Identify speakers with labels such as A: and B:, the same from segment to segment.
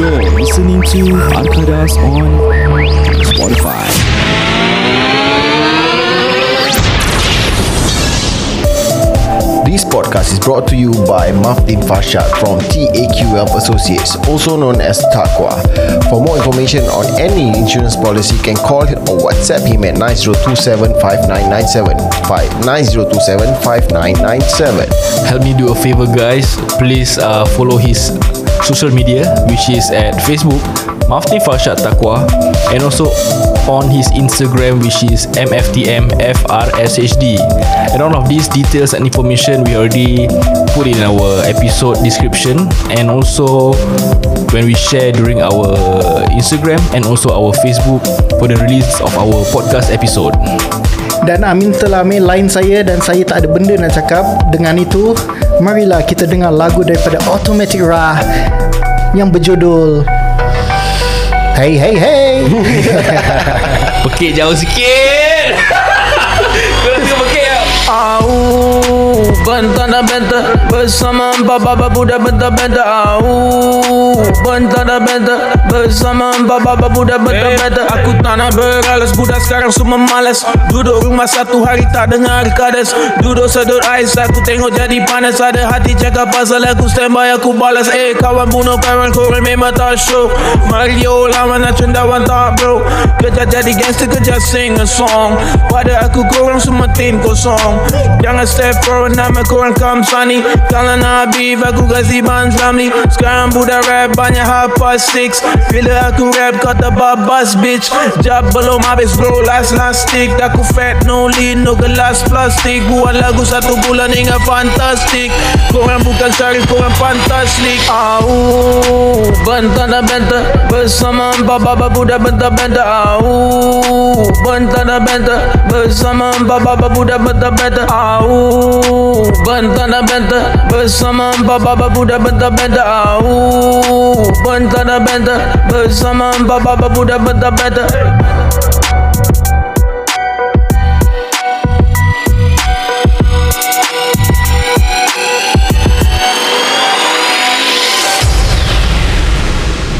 A: listening to Arkadas on Spotify.
B: This podcast is brought to you by Maftin Fashad from TAQL Associates, also known as Taqwa. For more information on any insurance policy, you can call or WhatsApp him at 9027 5997. Five- 9027 5997.
C: help me do a favor guys please uh, follow his social media which is at facebook mafti farshad taqwa and also on his instagram which is mftmfrshd and all of these details and information we already put in our episode description and also when we share during our instagram and also our facebook for the release of our podcast episode
D: Dan Amin telah ambil line saya Dan saya tak ada benda nak cakap Dengan itu Marilah kita dengar lagu daripada Automatic Ra Yang berjudul Hey hey hey
C: pekik jauh sikit kau tengok pekik tak?
E: Au Bentara bentara bersama baba budak bentara bentara Au Bentara bentara bersama baba budak bentara bentara Eh, Aku tak nak beralas budak sekarang semua malas Duduk rumah satu hari tak dengar kades Duduk sedut ais aku tengok jadi panas Ada hati cakap pasal aku standby aku balas Eh kawan bunuh kawan korang memang tak show Mario lawan nak cendawan tak bro Kerja jadi gangster kerja sing a song Pada aku korang semua tim kosong Jangan step forward nama korang kamsani Kalau nak beef aku kasi ban zamli Sekarang budak rap banyak half past six Bila aku rap kau tak babas bitch Jab belum habis bro last last stick Aku fat no lean no gelas plastik Buat lagu satu bulan hingga fantastik Korang bukan syarif korang fantastik Au Bentara bentara bersama baba budak bentara bentara Au Bentara bentara bersama baba budak bentara bentara Au Bentara bentara bersama baba budak bentara bentara Au Bentara bentara bersama baba budak bentara bentara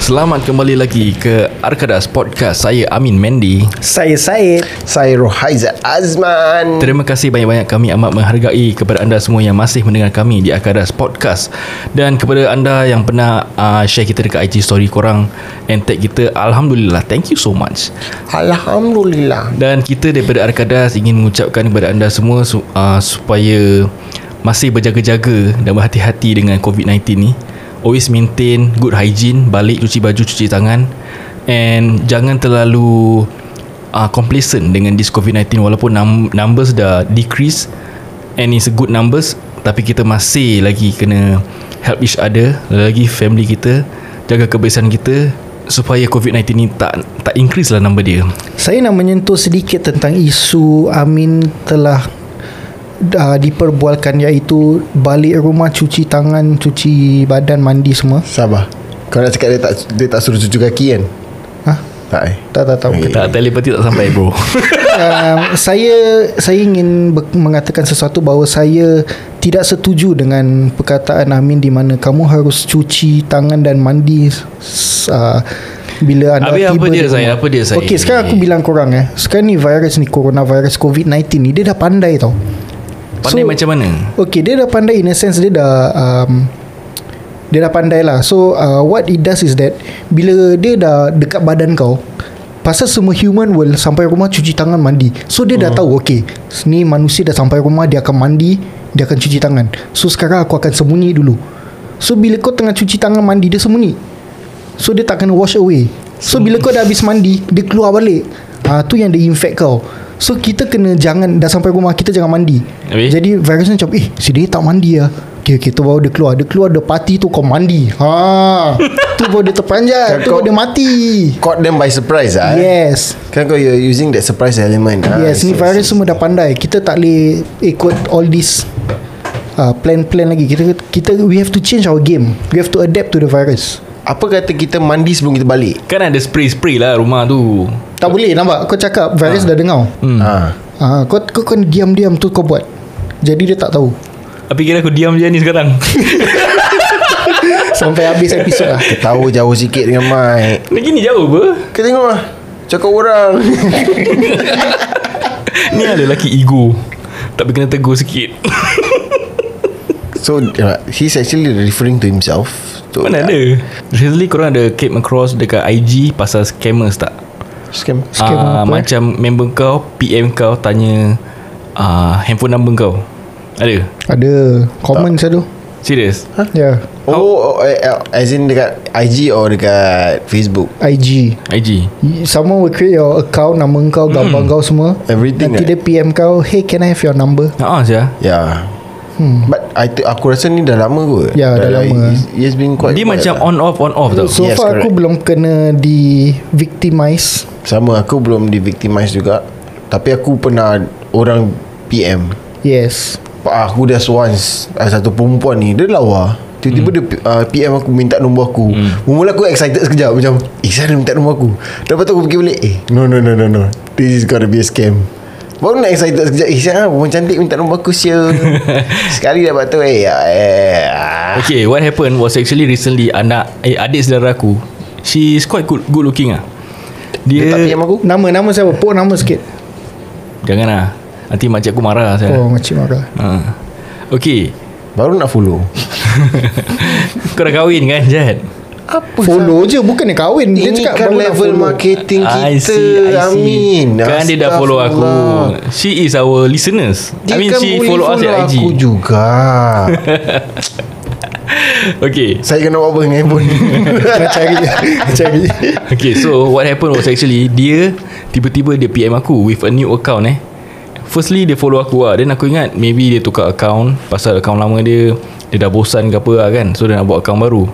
C: Selamat kembali lagi ke Arkadas Podcast Saya Amin Mendy
D: Saya Said
B: Saya Rohaizat Azman.
C: Terima kasih banyak-banyak kami amat menghargai kepada anda semua yang masih mendengar kami di Arkadas Podcast Dan kepada anda yang pernah uh, share kita dekat IG story korang And tag kita Alhamdulillah Thank you so much
B: Alhamdulillah.
C: Dan kita daripada Arkadas ingin mengucapkan kepada anda semua su- uh, Supaya masih berjaga-jaga dan berhati-hati dengan COVID-19 ni Always maintain good hygiene Balik cuci baju, cuci tangan And jangan terlalu uh, complacent dengan this COVID-19 Walaupun num- numbers dah decrease And it's a good numbers Tapi kita masih lagi kena help each other Lagi family kita Jaga kebersihan kita Supaya COVID-19 ni tak tak increase lah number dia
D: Saya nak menyentuh sedikit tentang isu Amin telah uh, diperbualkan iaitu balik rumah cuci tangan, cuci badan, mandi semua.
B: Sabar. Kau nak cakap dia tak dia tak suruh cuci kaki kan?
D: Hah?
B: Tak eh.
D: Tak tak tahu.
C: Tak telepati tak sampai bro
D: um, saya saya ingin ber- mengatakan sesuatu bahawa saya tidak setuju dengan perkataan Amin di mana kamu harus cuci tangan dan mandi s- uh, bila anda
C: Habis
D: tiba
C: apa
D: di
C: dia,
D: rumah.
C: Zahid? Apa dia, Zahid?
D: Okey sekarang aku bilang korang eh. Sekarang ni virus ni coronavirus COVID-19 ni dia dah pandai tau.
C: Pandai so,
D: So-
C: macam mana?
D: Okay dia dah pandai in a sense dia dah um, dia dah pandai lah so uh, what it does is that bila dia dah dekat badan kau pasal semua human will sampai rumah cuci tangan mandi so dia dah tahu okay ni manusia dah sampai rumah dia akan mandi dia akan cuci tangan so sekarang aku akan sembunyi dulu so bila kau tengah cuci tangan mandi dia sembunyi so dia tak kena wash away so bila kau dah habis mandi dia keluar balik ah tu yang dia infect kau so kita kena jangan dah sampai rumah kita jangan mandi
C: Habis?
D: jadi jadi virus ni macam Eh si dia tak mandi lah Okay, okay tu baru dia keluar Dia keluar dia party tu kau mandi ha, Tu baru dia terperanjat Tu
B: Kau-
D: baru dia mati
B: Caught them by surprise ah. eh?
D: Yes
B: Kan kau you're using that surprise element ah.
D: Yes
B: I see,
D: ni
B: I
D: virus
B: see.
D: semua dah pandai Kita tak boleh ikut all this uh, Plan-plan lagi kita, kita We have to change our game We have to adapt to the virus
B: Apa kata kita mandi sebelum kita balik?
C: Kan ada spray-spray lah rumah tu
D: Tak boleh nampak Kau cakap virus dah dengar
B: Hmm. Ha.
D: ha, Kau kau kena diam-diam tu kau buat Jadi dia tak tahu
C: Tapi kira aku diam je ni sekarang
D: Sampai habis episod lah
B: Ketawa jauh sikit dengan mic
C: Ni gini jauh apa?
B: Kita tengok lah Cakap orang
C: Ni ada lelaki ego Tak boleh kena tegur sikit
B: So uh, He's actually referring to himself so,
C: Mana ada Recently korang ada came across Dekat IG Pasal scammers tak?
B: Scam
D: Scam
C: Ah,
D: apa, eh?
C: Macam member kau PM kau Tanya uh, Handphone number kau Ada?
D: Ada Comment satu
C: Serius?
D: Ya
B: Oh, oh eh, eh, As in dekat IG Or dekat Facebook
D: IG
C: IG
D: Someone will create your account Nama kau
C: Hmm.
D: Gambar kau semua
B: Everything, eh?
D: Nanti
B: right?
D: dia PM kau Hey can I have your number
C: Haa Syah
B: Yeah hmm. But I th- aku rasa ni dah lama kot
D: Ya, dah lama.
B: it's- It's been quite
C: Dia
B: quite
C: macam
B: lah.
C: on off on off tau
D: So
B: Yes,
D: far aku
B: correct.
D: belum kena di Victimize
B: Sama aku belum divictimize juga Tapi aku pernah Orang PM
D: Yes
B: Ah, Aku just once uh, Satu perempuan ni Dia lawa Tiba-tiba hmm. dia uh, PM aku Minta nombor aku hmm. Mula aku excited sekejap Macam Eh sana minta nombor aku Lepas tu aku fikir balik Eh no no no no no This is gotta be a scam Baru nak excited sekejap Eh sana perempuan cantik Minta nombor aku sial Sekali dapat tu Eh, eh ah.
C: Okay what happened Was actually recently Anak eh, Adik saudara aku She's quite good, good looking lah
B: Dia tak
C: Dia,
B: PM aku
D: Nama nama siapa Pok nama sikit
C: Jangan lah Nanti makcik aku marah saya.
D: Oh macam marah
C: Ha. Okay
B: Baru nak follow
C: Kau dah kahwin kan Jad
B: Apa
D: Follow je Bukan dia kahwin Dia
B: Ini
D: cakap
B: kan
D: baru nak
B: level
D: follow.
B: marketing kita
C: I see, I see.
B: Amin
C: Kan dia dah follow aku
B: Astagfirullah.
C: She is our listeners
B: Dia
C: I mean
B: kan
C: she
B: boleh
C: follow, us at
B: aku
C: IG
B: juga
C: Okay
B: Saya kena buat apa dengan handphone
D: Nak cari Cari
C: Okay so what happened was actually Dia Tiba-tiba dia PM aku With a new account eh Firstly dia follow aku lah Then aku ingat Maybe dia tukar account Pasal account lama dia Dia dah bosan ke apa lah kan So dia nak buat account baru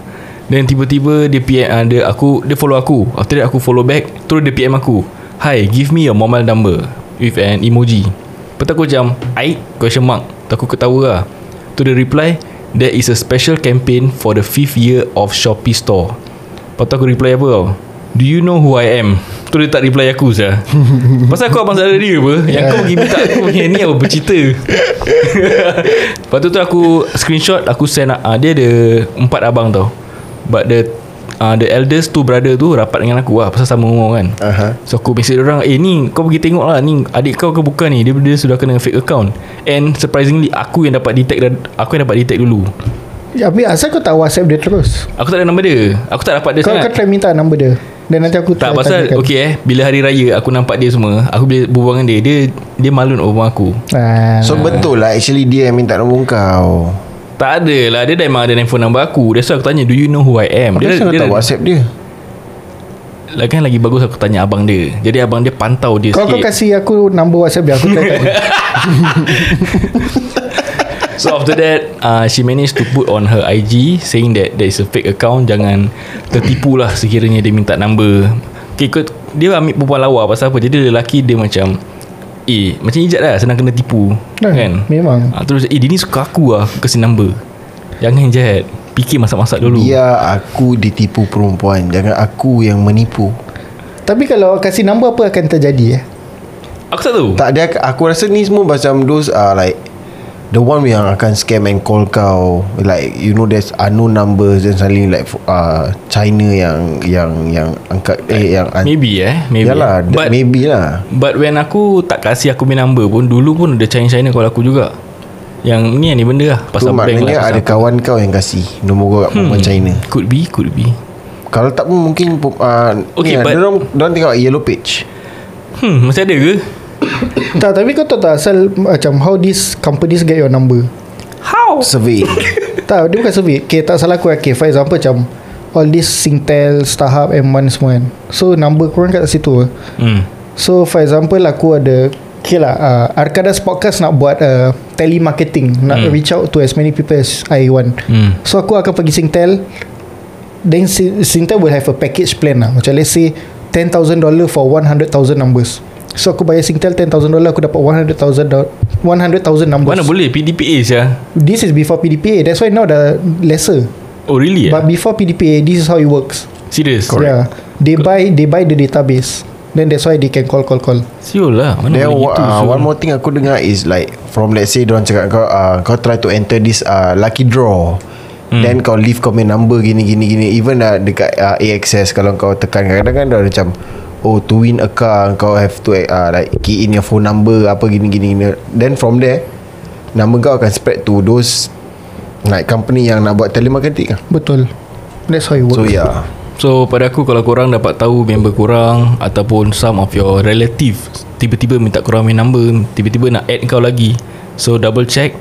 C: Then tiba-tiba dia PM uh, dia, aku, dia follow aku After that aku follow back Terus dia PM aku Hi give me your mobile number With an emoji Lepas tu aku macam I question mark Tu aku ketawa lah Tu dia reply There is a special campaign For the 5th year of Shopee store Lepas tu aku reply apa tau Do you know who I am Tu dia tak reply aku sah Pasal aku abang saudara dia apa Yang kau pergi minta aku punya ni apa bercerita Lepas tu tu aku screenshot Aku send uh, Dia ada empat abang tau But the uh, The eldest two brother tu Rapat dengan aku lah Pasal sama umur kan
B: Aha.
C: So aku message dia orang Eh ni kau pergi tengok lah Ni adik kau ke bukan ni Dia, dia sudah kena fake account And surprisingly Aku yang dapat detect dan- Aku yang dapat detect dulu
D: Tapi asal kau tak whatsapp dia terus
C: Aku tak ada nama dia Aku tak dapat dia
D: Kau
C: sangat
D: akan try minta nombor dia Dan nanti aku
C: kan? tak
D: try kan.
C: pasal
D: tanyakan.
C: Okay eh Bila hari raya Aku nampak dia semua Aku bila berbual dengan dia Dia dia malu nak berbual dengan aku
D: ah,
B: So betul lah Actually dia yang minta nombor kau
C: Tak ada lah Dia dah memang ada handphone number aku That's why aku tanya Do you know who I am
B: Dia, dia, tak whatsapp dia
C: lah, Kan lagi bagus aku tanya abang dia Jadi abang dia pantau dia
D: Kau kau
C: sikit
D: kasih aku nombor whatsapp dia Aku try tanya.
C: So after that uh, She managed to put on her IG Saying that There is a fake account Jangan tertipu lah Sekiranya dia minta number Okay kau, Dia ambil perempuan lawa Pasal apa Jadi lelaki dia macam Eh macam ijat lah Senang kena tipu
D: Dah,
C: Kan
D: Memang
C: ha, Terus eh dia ni suka aku lah Aku kasi number Jangan jahat Fikir masak-masak dulu
B: Dia aku ditipu perempuan Jangan aku yang menipu
D: Tapi kalau kasih nombor apa akan terjadi eh?
C: Aku tak tahu
B: Tak dia Aku rasa ni semua macam Those are like The one yang akan scam and call kau Like you know there's unknown numbers Then suddenly like uh, China yang Yang yang angkat Eh yang
C: Maybe eh Maybe
B: Yalah
C: But
B: But, Maybe lah
C: But when aku Tak kasih aku punya number pun Dulu pun ada China-China call aku juga Yang ni ni benda lah Hmm.
B: Tu
C: Pasal bank
B: maknanya
C: lah
B: ada
C: pasal
B: kawan kau yang kasih Nombor kau kat perempuan China
C: apa. Could be Could be
B: Kalau tak pun mungkin uh,
C: Okay,
B: ni,
C: but-
B: dorang, dorang tengok yellow page
C: Hmm masih ada ke
D: Tak tapi kau tahu tak asal Macam how these companies get your number
C: How
B: Survey
D: Tak dia bukan survey Okay tak salah aku eh. Okay for example macam All this Singtel Starhub M1 semua kan So number korang kat situ eh.
C: hmm.
D: So for example aku ada Okay lah uh, Arkadas Podcast nak buat uh, Telemarketing Nak
C: Hmm.
D: reach out to as many people as I want
C: Hmm.
D: So aku akan pergi Singtel Then Si- Singtel will have a package plan lah Macam let's say $10,000 for 100,000 numbers So aku bayar Singtel $10,000 Aku dapat 100,000 do- 100,000 numbers
C: Mana boleh PDPA sia
D: This is before PDPA That's why now dah lesser
C: Oh really eh
D: yeah. But before PDPA This is how it works
C: Serious
D: Yeah They buy They buy the database Then that's why they can call call call
C: Siul lah Mana
B: Then
C: boleh
B: wa-
C: gitu
B: uh,
C: siul.
B: one more thing aku dengar is like From let's say Diorang cakap kau uh, Kau try to enter this uh, Lucky draw mm. Then kau leave kau punya number Gini gini gini Even uh, dekat uh, AXS Kalau kau tekan Kadang-kadang kan dia ada macam Oh to win a car Kau have to uh, like Key in your phone number Apa gini gini gini Then from there Nama kau akan spread to those Like company yang nak buat telemarketing lah
D: Betul That's how it works
B: So ya. yeah
C: So pada aku Kalau korang dapat tahu Member korang Ataupun some of your relative Tiba-tiba minta korang main number Tiba-tiba nak add kau lagi So double check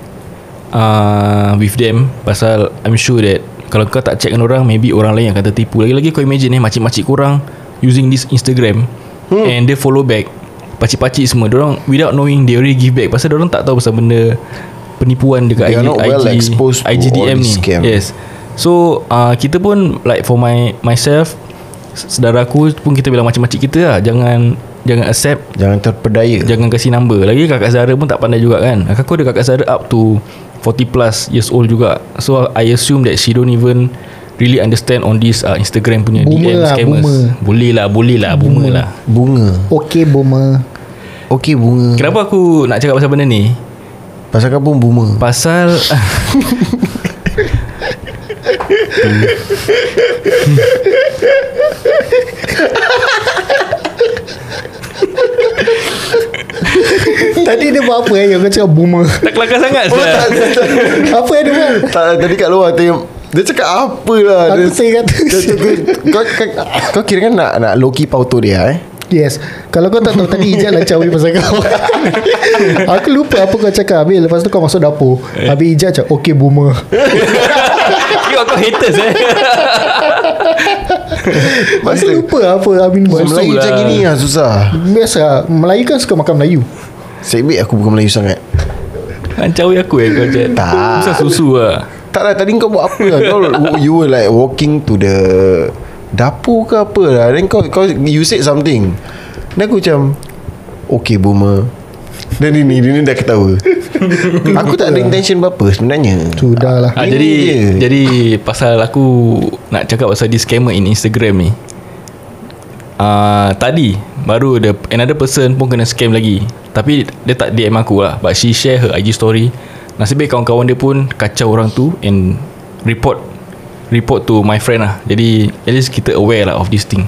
C: uh, With them Pasal I'm sure that Kalau kau tak check dengan orang Maybe orang lain akan tertipu Lagi-lagi kau imagine eh Makcik-makcik korang Using this Instagram hmm. And they follow back Pakcik-pakcik semua Diorang without knowing They already give back Pasal diorang tak tahu Pasal benda Penipuan dekat
B: They are
C: IG,
B: not well
C: IG,
B: exposed to
C: IGDM ni
B: all this scam.
C: Yes Yes So uh, Kita pun Like for my Myself s- Saudara aku pun Kita bilang macam-macam kita lah Jangan Jangan accept
B: Jangan terpedaya
C: Jangan kasih number Lagi kakak saudara pun Tak pandai juga kan Kakak aku ada kakak saudara Up to 40 plus years old juga So I assume that She don't even Really understand on this uh, Instagram punya DM
D: Boomer lah,
C: scammers
D: boomer.
C: Boleh lah Boleh lah Boomer lah
B: Bunga
D: Okay boomer
B: Okay bunga
C: Kenapa aku Nak cakap pasal benda ni
B: Pasal kau pun bunga
C: Pasal
D: Tadi dia buat apa eh Yang kau cakap boomer
C: Tak kelakar sangat
B: Oh,
C: Syah.
B: tak, tak, tak.
D: Apa yang dia buat
B: tak, tadi kat luar tengok dia cakap apa lah dia,
D: Aku saya kata
B: dia, dia, dia, kau, kau, kau kira kan nak, nak low-key pauto dia eh
D: Yes Kalau kau tak tahu Tadi Ijat lancar weh pasal kau Aku lupa apa kau cakap Habis lepas tu kau masuk dapur Habis Ijat cakap Okay boomer
C: Kau kau haters eh
D: Aku lupa apa Amin buat
B: Bahasa Melayu macam gini lah susah
D: Biasa lah, Melayu kan suka makan Melayu
B: Sebik aku bukan Melayu sangat
C: Hancawi aku eh kau Jad
B: Tak.
C: Susah susu lah
B: Tak lah tadi kau buat apa lah kau, You were like walking to the Dapur ke apa lah Then kau, kau You said something Then aku macam Okay boomer Dan ini Dia ni dah ketawa Aku tak ada intention apa-apa sebenarnya
D: Sudah lah
C: Ah,
B: Ini
C: jadi
B: je.
C: jadi pasal aku nak cakap pasal this scammer in Instagram ni. Ah uh, tadi baru ada another person pun kena scam lagi. Tapi dia tak DM aku lah but she share her IG story. Nasib baik kawan-kawan dia pun kacau orang tu and report report to my friend lah. Jadi at least kita aware lah of this thing.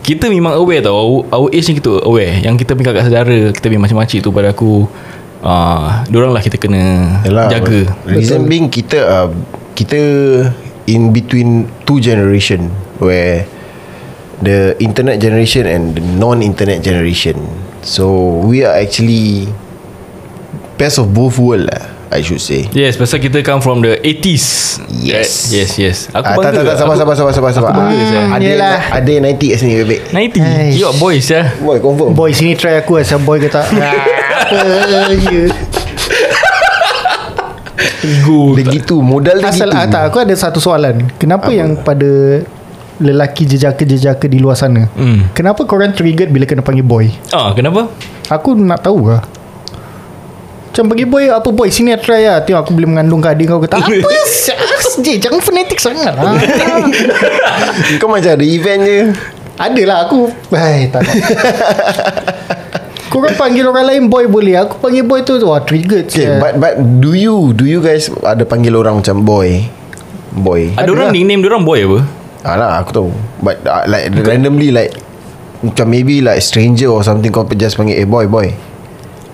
C: Kita memang aware tau Our, our age ni kita aware Yang kita punya kakak saudara Kita punya macam-macam tu pada aku uh, Diorang lah kita kena
B: Yalah,
C: Jaga
B: Reason being kita uh, Kita In between Two generation Where The internet generation And the non-internet generation So We are actually Best of both world lah I should say
C: Yes, pasal kita come from the 80s.
B: Yes.
C: Right? Yes, yes. Aku
B: Ah,
C: bangga. lah.
B: Tak, tak, tak, sabar,
C: Aku-
B: sabar, sabar, sabar, sabar.
C: bangga, Syah.
B: Ah, Ada
D: Yelah.
B: yang- ada yang 90 kat sini, bebek
C: 90.
D: Aish.
C: You are boys ya.
B: Boy, confirm
D: Boy sini try aku Asal boy kata Apa je
C: Go.
B: Dia gitu, modal dia
D: Asal
B: gitu
D: ah, tak Aku ada satu soalan Kenapa
B: Apa?
D: yang pada Lelaki jejaka-jejaka di luar sana
C: Hmm.
D: Kenapa korang triggered Bila kena panggil boy
C: Ah, kenapa?
D: Aku nak tahu lah Macam bagi boy Apa boy Sini I try lah Tengok aku boleh mengandung kat adik kau Kata apa Sas je Jangan fanatik sangat lah
B: Kau macam ada event je
D: Adalah lah, aku Hai tak nak. Korang panggil orang lain boy boleh Aku panggil boy tu Wah triggered
B: Okay,
D: sia.
B: but, but Do you Do you guys Ada panggil orang macam boy Boy
C: Ada orang nickname dia orang boy apa?
B: Alah Ah, lah, aku tahu But uh, like Bukan. randomly like Macam maybe like stranger or something Kau just panggil Eh boy boy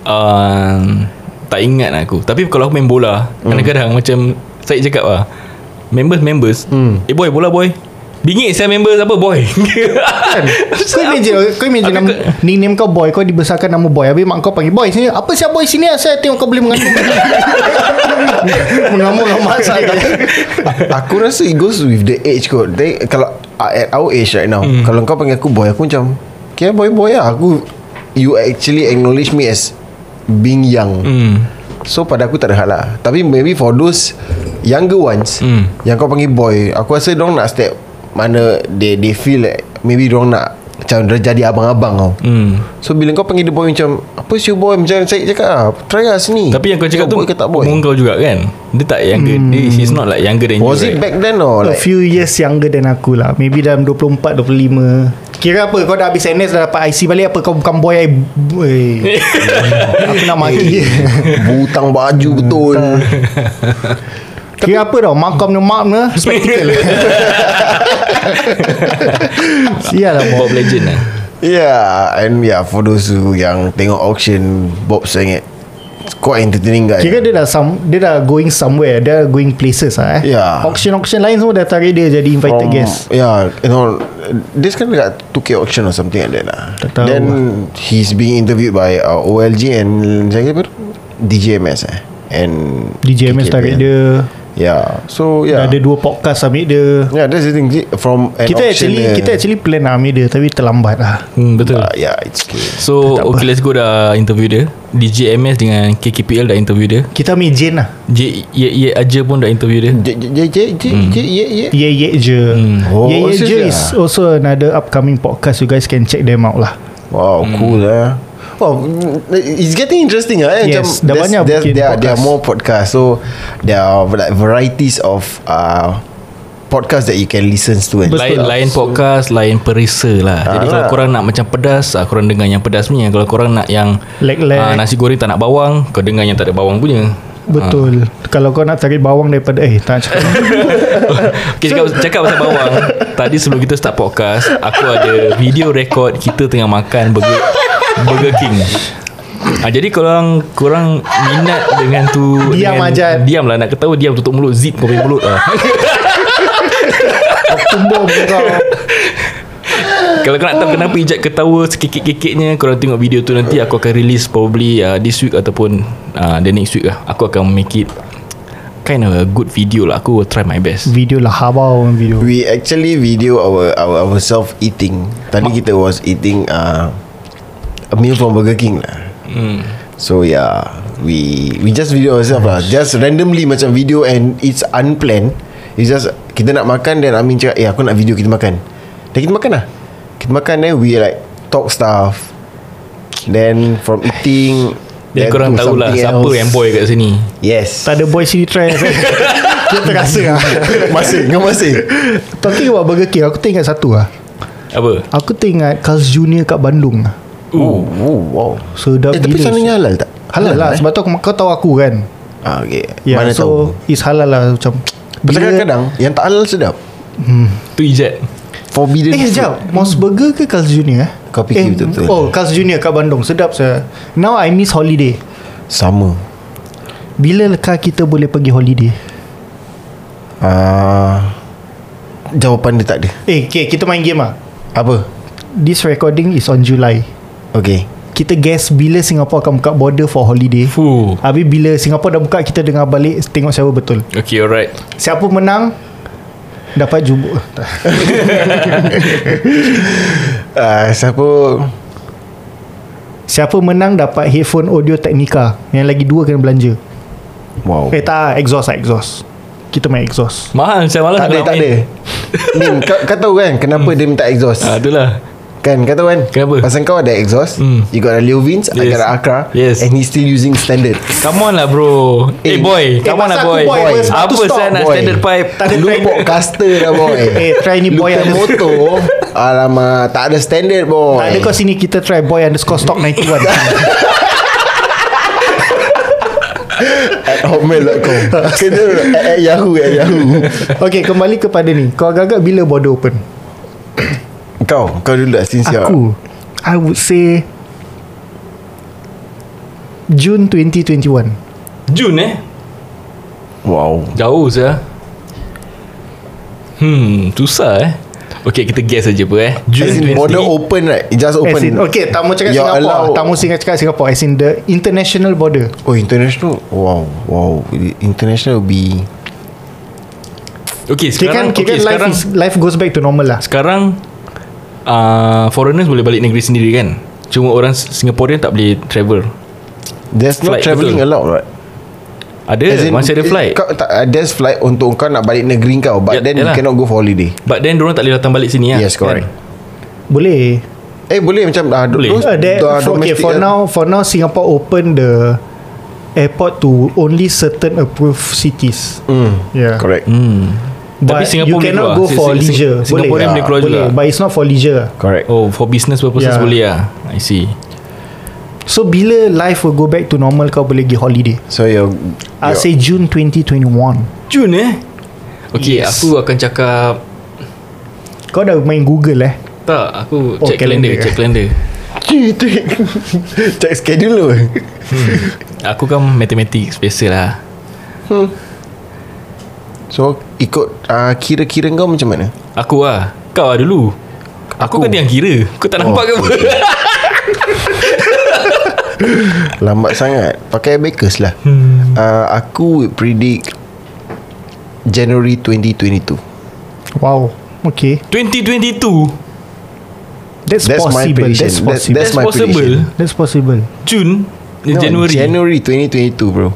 C: Um, tak ingat aku. Tapi kalau aku main bola,
B: Hmm.
C: kadang-kadang macam saya cakap lah. Members members.
B: Hmm.
C: Eh boy, bola boy. Bingit saya members apa boy.
D: Kan? Kau imagine Kau imagine
C: Aku
D: nama,
C: ke-
D: Nickname kau boy Kau dibesarkan nama boy Habis mak kau panggil Boy sini Apa siapa boy sini lah, Saya tengok kau boleh mengandung Mengamuk dengan mak saya
B: lah. Aku rasa it goes with the age kot They, Kalau uh, At our age right now
C: Hmm.
B: mm. Kalau kau panggil aku boy Aku macam Okay boy boy lah Aku You actually acknowledge me as Being young
C: Hmm.
B: mm. So pada aku tak ada hal lah Tapi maybe for those Younger ones
C: Mm.
B: Yang kau panggil boy Aku rasa dong nak step Mana They they feel like Maybe dong nak Macam dah jadi abang-abang tau
C: hmm.
B: So bila kau panggil dia boy macam Apa si boy Macam saya cakap lah Try lah sini
C: Tapi yang kau cakap
B: Tengok
C: tu
B: Boy ke tak boy
C: umur kau juga kan? Dia tak younger. Hmm. Dia, she's not like younger than
B: Was
C: you.
B: it back then or
D: A
B: like
D: few years younger than aku lah Maybe dalam 24, 25 Kira apa Kau dah habis NS Dah dapat IC balik Apa kau bukan boy I Eh, Aku nak maki
B: Butang baju betul
D: Kira apa tau Makam ni mak ni eh? Spectacle Sial lah
C: Bob
D: Bob
C: Legend lah
B: Yeah, Ya, and yeah, for those who yang tengok auction, Bob Sengit, it's quite entertaining guy.
D: Kira dia dah some, Dia dah going somewhere Dia going places lah eh
B: Yeah.
D: Auction-auction lain semua Dah tarik dia jadi invited
B: From-
D: guest
B: Yeah, Hmm. Ya, you know, this kan dekat 2K auction or something like that lah.
D: Tak tahu.
B: Then he's being interviewed by uh, OLG and saya kira apa? DJMS eh. And KKBN.
D: DJMS tarik dia
B: Yeah. Ya, So yeah.
D: yeah. Ada dua podcast ambil dia
B: Yeah, that's the thing. From an
D: Kita actually
B: auctioneer-
D: Kita actually plan nak ambil dia Tapi terlambat lah
C: hmm, Betul
B: Uh, yeah, it's good.
C: So
B: lah.
C: okay let's go dah interview dia DJ MS dengan KKPL dah interview dia
D: Kita ambil Jane lah
C: J Ye Ye Aja pun dah interview dia
B: J j j j
D: Hmm.
B: j j j
D: Yeah Yeah Je
B: Oh,
D: Yeah Yeah
B: serious
D: Je
B: ah?
D: is also another upcoming podcast You guys can check them out lah
B: Wow, mm. cool lah. Wow, it's getting interesting lah. Eh?
D: Yes, dah
B: there's-
D: banyak
B: there's-
D: bikin
B: there, are- there are
D: podcast.
B: more podcasts. So there are like varieties of uh, podcasts that you can listen to. eh. And
C: Lain,
D: lah.
C: lain podcast Lain perisa lah Jadi
B: Ah,
C: kalau
B: lah.
C: korang nak macam pedas ah, Korang dengar yang pedas punya Kalau korang nak yang
D: Leg-leg.
C: ah, Nasi goreng tak nak bawang Kau dengar yang tak ada bawang punya
D: Betul
B: Ah.
D: Kalau kau nak tarik bawang daripada Eh tak nak cakap
C: Okay, cakap, cakap pasal bawang Tadi sebelum kita start podcast Aku ada video record Kita tengah makan Burger, Burger King Ha, jadi korang korang minat dengan tu
D: Diam
C: dengan,
D: aja.
C: Diam lah nak ketawa diam tutup mulut zip kau punya mulut lah.
D: Tumbung kau
C: Kalau kau nak tahu kenapa Ijat ketawa sekikit-kikitnya Korang tengok video tu nanti Aku akan release probably uh, this week ataupun uh, the next week lah Aku akan make it kind of a good video lah Aku will try my best
D: Video lah Habau video
B: we actually video our our ourselves eating. Tadi kita was eating uh, a meal from Burger King lah. Mm. So yeah, we we just video ourselves lah. Just randomly macam video and it's unplanned. It's just kita nak makan then Amin cakap, "Eh, aku nak video kita makan." Then kita makan lah. Kita makan then we like talk stuff. Then from eating
C: Jadi korang
B: to
C: tahulah lah
B: something
C: siapa
B: else.
C: yang boy kat sini
B: Yes
D: Tak ada boy city try Dia terasa lah
B: Masih Kau masih
D: Talking about Burger King Aku teringat satu lah
C: Apa?
D: Aku teringat Carl's Junior kat Bandung lah
B: Ooh, wow
D: Sedap
B: Eh tapi
D: gila
B: sananya halal tak?
D: Halal lah
B: eh?
D: Sebab tu aku, kau tahu aku kan
B: Ah, okay.
D: yeah,
B: Mana tahu
D: So is halal lah Macam
B: Pasal
D: bila-
B: kadang-kadang Yang tak halal sedap
C: Tu Ijat
B: Forbidden
D: Eh
B: food.
D: sekejap Mos Burger ke Carl's Junior eh?
B: Kau fikir
D: eh,
B: betul-betul.
D: Oh Carl's Junior kat Bandung Sedap saya Now I miss holiday
B: Sama
D: Bila lekah kita boleh pergi holiday
B: Ah, Jawapan dia tak ada
D: Eh okay, kita main game lah
B: Apa?
D: This recording is on July
B: Okay
D: Kita guess bila Singapura akan buka border for holiday
C: Fuh
D: Habis bila Singapura dah buka Kita dengar balik Tengok siapa betul
C: Okay alright
D: Siapa menang Dapat jubuk
B: Ah, Siapa
D: Siapa menang dapat headphone audio Technica Yang lagi dua kena belanja
B: Wow
D: Eh tak exhaust lah exhaust Kita main exhaust
C: Mahal macam malas
B: Tak ada
C: nak
B: tak
C: main.
B: ada Min kau, kau tahu kan Kenapa dia minta exhaust
C: Ah, itulah
B: Kan kau tahu kan
C: Kenapa?
B: Pasal kau ada exhaust
C: Hmm.
B: You got a Leovins I
C: Yes.
B: got a Acra
C: Yes.
B: And he's still using standard
C: Come on lah bro Eh,
B: Eh,
C: boy
D: eh,
C: Come on lah
D: masa aku
C: boy,
D: boy,
B: boy.
C: Apa
D: Sepatu
C: saya
D: stop,
C: nak
B: boy.
C: standard pipe
D: Tak ada
B: Lu
D: trend.
B: podcaster dah boy
D: Eh, try ni
B: Lu
D: boy
B: punya
D: ada-
B: motor Alamak Tak ada standard boy
D: Tak ada kau sini Kita try boy underscore stock 91
B: At hotmail.com Kena at, at yahoo At yahoo
D: Okay kembali kepada ni Kau agak-agak bila border open
B: Kau Kau dulu lah Since you're-
D: Aku I would say June 2021
C: Jun eh
B: Wow
C: Jauh saya Hmm Susah eh Okay kita guess aja apa eh Jun
B: As in
C: 20
B: border open right It just open
D: As in, okay, tak mau cakap
B: You're
D: Singapura.
B: allowed-
D: Tak mau singa- cakap Singapura. As in the international border.
B: Oh international Wow Wow International will be
C: Okay
D: Kira kan,
C: sekarang
D: kira
C: okay,
D: kan life,
C: Sekarang
D: is, life goes back to normal lah.
C: Sekarang uh, Foreigners boleh balik negeri sendiri kan Cuma orang Singaporean tak boleh travel
B: There's no
C: Flight,
B: travelling
C: betul.
B: allowed right As
C: Ada
B: in,
C: Masih ada
B: eh,
C: flight
B: kau, tak, uh, There's flight untuk kau nak balik negeri kau
C: Ya,
B: But then you
C: yalah.
B: cannot go for holiday
C: But then orang tak boleh datang balik sini lah
B: Yes, correct.
D: Boleh.
B: Eh boleh macam uh,
C: Boleh.
D: Uh, that, for,
B: kan?
D: okay, for now, for now Singapore open the airport to only certain approved cities.
B: mm,
D: Yeah.
B: Correct
C: Hmm
D: But
C: Tapi Singapore
D: you
C: boleh
D: cannot
C: keluar.
D: go
C: Sing-
D: for
C: Sing- Sing-
D: leisure.
C: Singaporean
D: boleh.
C: boleh keluar juga.
D: Boleh, but it's not for leisure.
B: Correct
C: Oh for business purposes
D: Yeah.
C: boleh lah I see
D: So bila life will go back to normal kau boleh pergi holiday?
B: So you're,
D: I
B: you're-
D: say June 2021.
C: Jun eh Okay yes.
D: Yes.
C: aku akan cakap
D: Kau dah main Google eh?
C: Tak aku
D: Oh,
C: check calendar,
D: calendar.
C: Check calendar
B: Check schedule dulu
C: Aku kan matematik Biasa lah
B: So ikut uh, Kira-kira kau macam mana
C: Aku lah Kau lah dulu Aku, kan yang kira Kau tak nampak oh. ke apa
B: Lambat sangat Pakai abacus lah hmm. uh, Aku would predict January 2022
D: Wow. Okay.
C: 2022
D: That's,
B: That's my
D: possible.
B: prediction.
D: That's
B: That-
D: possible.
B: That's
C: That's,
B: my
C: possible
D: That's possible.
C: Jun no, Eh, January
B: January 2022 bro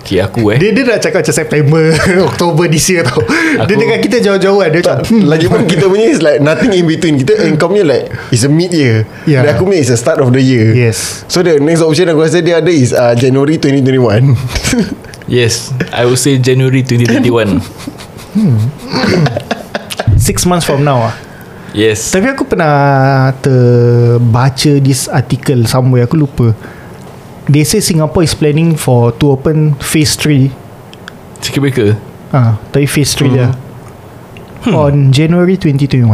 C: Okay aku eh
D: Dia dia dah cakap macam September, Oktober this year tau. Dia
C: Aku-
D: dengan kita jauh-jauh kan. Dia macam hmm,
B: Lagi pun kita punya Is like nothing in between Kita and kau punya like It's a mid year
D: Yeah.
B: Dan aku punya It's a start of the year
D: Yes.
B: So the next option Aku rasa dia ada Is uh, January 2021
C: Yes I would say January 2021
D: Six months from now ah.
C: Yes
D: Tapi aku pernah terbaca this article somewhere. Aku lupa. They say Singapore is planning for to open phase 3.
C: Circuit breaker
D: Ah, tapi phase 3 dia. On January 2021.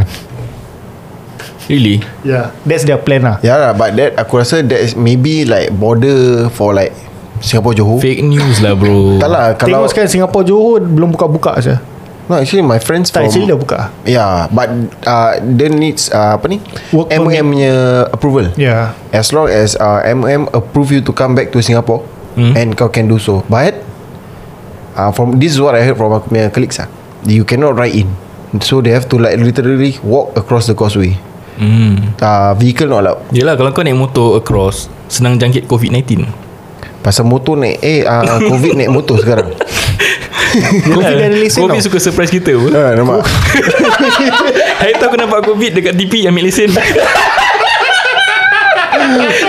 C: Really
D: Yeah. That's their plan lah.
B: Yeah lah But that Aku rasa that is Maybe like border For like Singapore Johor
C: Fake news lah bro
B: Tak lah Kalau
D: Tengok sekarang Singapore Johor belum buka-buka saja.
B: No actually my friends
D: Tak,
B: from
D: actually dah buka.
B: Yeah But uh, They needs uh, Apa ni
D: Work permit.
B: MOM punya Approval
D: Yeah.
B: As long as uh, MOM approve you to come back to Singapore
C: Hmm.
B: And kau can do so But uh, From This is what I heard from aku punya colleagues lah You cannot ride in So they have to like literally walk across the causeway
C: hmm.
B: uh, Vehicle not allowed
C: Yelah kalau kau naik motor across Senang jangkit COVID-19
B: Pasal motor naik Eh uh, Covid naik motor sekarang
D: Covid ada lesen
C: COVID
D: tau.
C: suka surprise kita pun
D: Eh,
B: Ha nampak
C: Hari tu aku nampak COVID dekat TP ambil lesen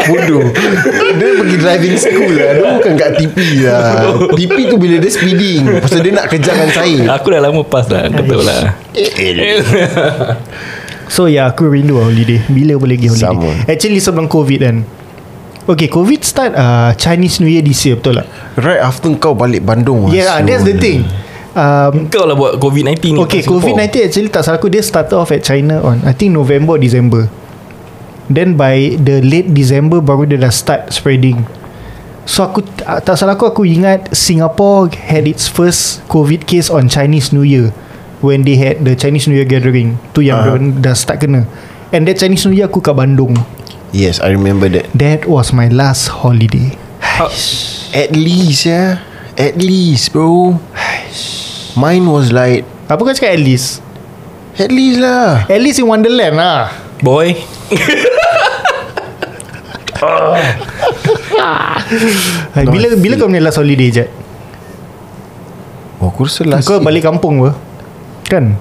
B: Bodoh Dia pergi driving school lah Dia bukan kat TP lah TP tu bila dia speeding Pasal dia nak kejarkan saya
C: Aku dah lama pas lah Kau tahu lah
D: So yeah aku rindu lah holiday Bila boleh pergi
B: Sama.
D: holiday Actually sebelum covid kan Okay covid start uh, Chinese New Year this year betul tak
B: Right after kau balik Bandung lah,
D: Yeah that's the
B: siul.
D: thing um,
C: Kau lah buat COVID-19 ni
D: Okay
C: kat Singapore.
D: covid-19 actually tak salah aku Dia start off at China on I think November December Then by the late December Baru dia dah start spreading So aku ah, Tak salah aku Aku ingat Singapore had its first Covid case on Chinese New Year When they had the Chinese New Year gathering Tu yang
B: Ah.
D: uh-huh. dah start kena And that Chinese New Year aku kat Bandung
B: Yes I remember that
D: That was my last holiday.
C: How-
B: At least ya yeah. At least bro Mine was like
D: Apa kau Ah, cakap at least?
B: At least lah
D: At least in Wonderland lah.
C: Boy
D: Hai, bila bila kau punya last holiday je?
B: Oh aku rasa last
D: Kau
B: year.
D: balik kampung ke? Kan?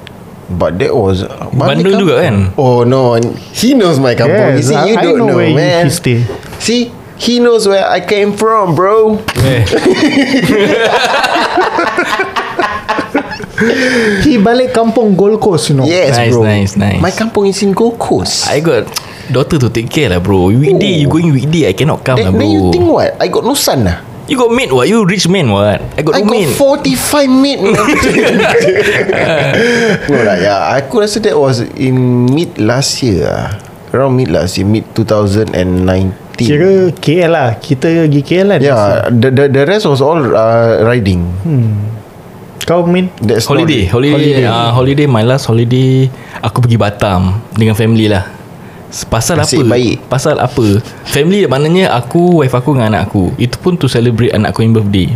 B: But that was
C: Bandung juga kan?
B: Oh no He knows my kampung You see you
D: I,
B: don't
D: I know, where
B: man
D: you stay.
B: See He knows where I came from bro
C: Eh,
D: He balik kampung Gold Coast, you know.
B: Yes
C: Nice,
B: bro
C: nice, nice.
B: My kampung is in Gold Coast
C: I got Daughter to take care lah bro Weekday you going weekday I cannot come lah
B: Then,
C: bro
B: then you think what? I got no son lah.
C: You got maid what You rich man what I got
B: I
C: no
B: got
C: maid
B: 45 maid. man. no lah, yeah. Aku rasa that was in mid last year lah. Around mid last year, mid 2019.
D: Kira KL lah. Kita pergi KL lah.
B: Yeah, Ya, the, the, the rest was all uh, riding.
D: Hmm. Kau main?
B: That's not-
C: Holiday Holiday holiday. Uh, holiday My last holiday Aku pergi Batam Dengan family lah S- Pasal
B: Nasib
C: apa
B: baik.
C: Pasal apa Family maknanya Aku Wife aku dengan anak aku Itu pun to celebrate Anak aku yang birthday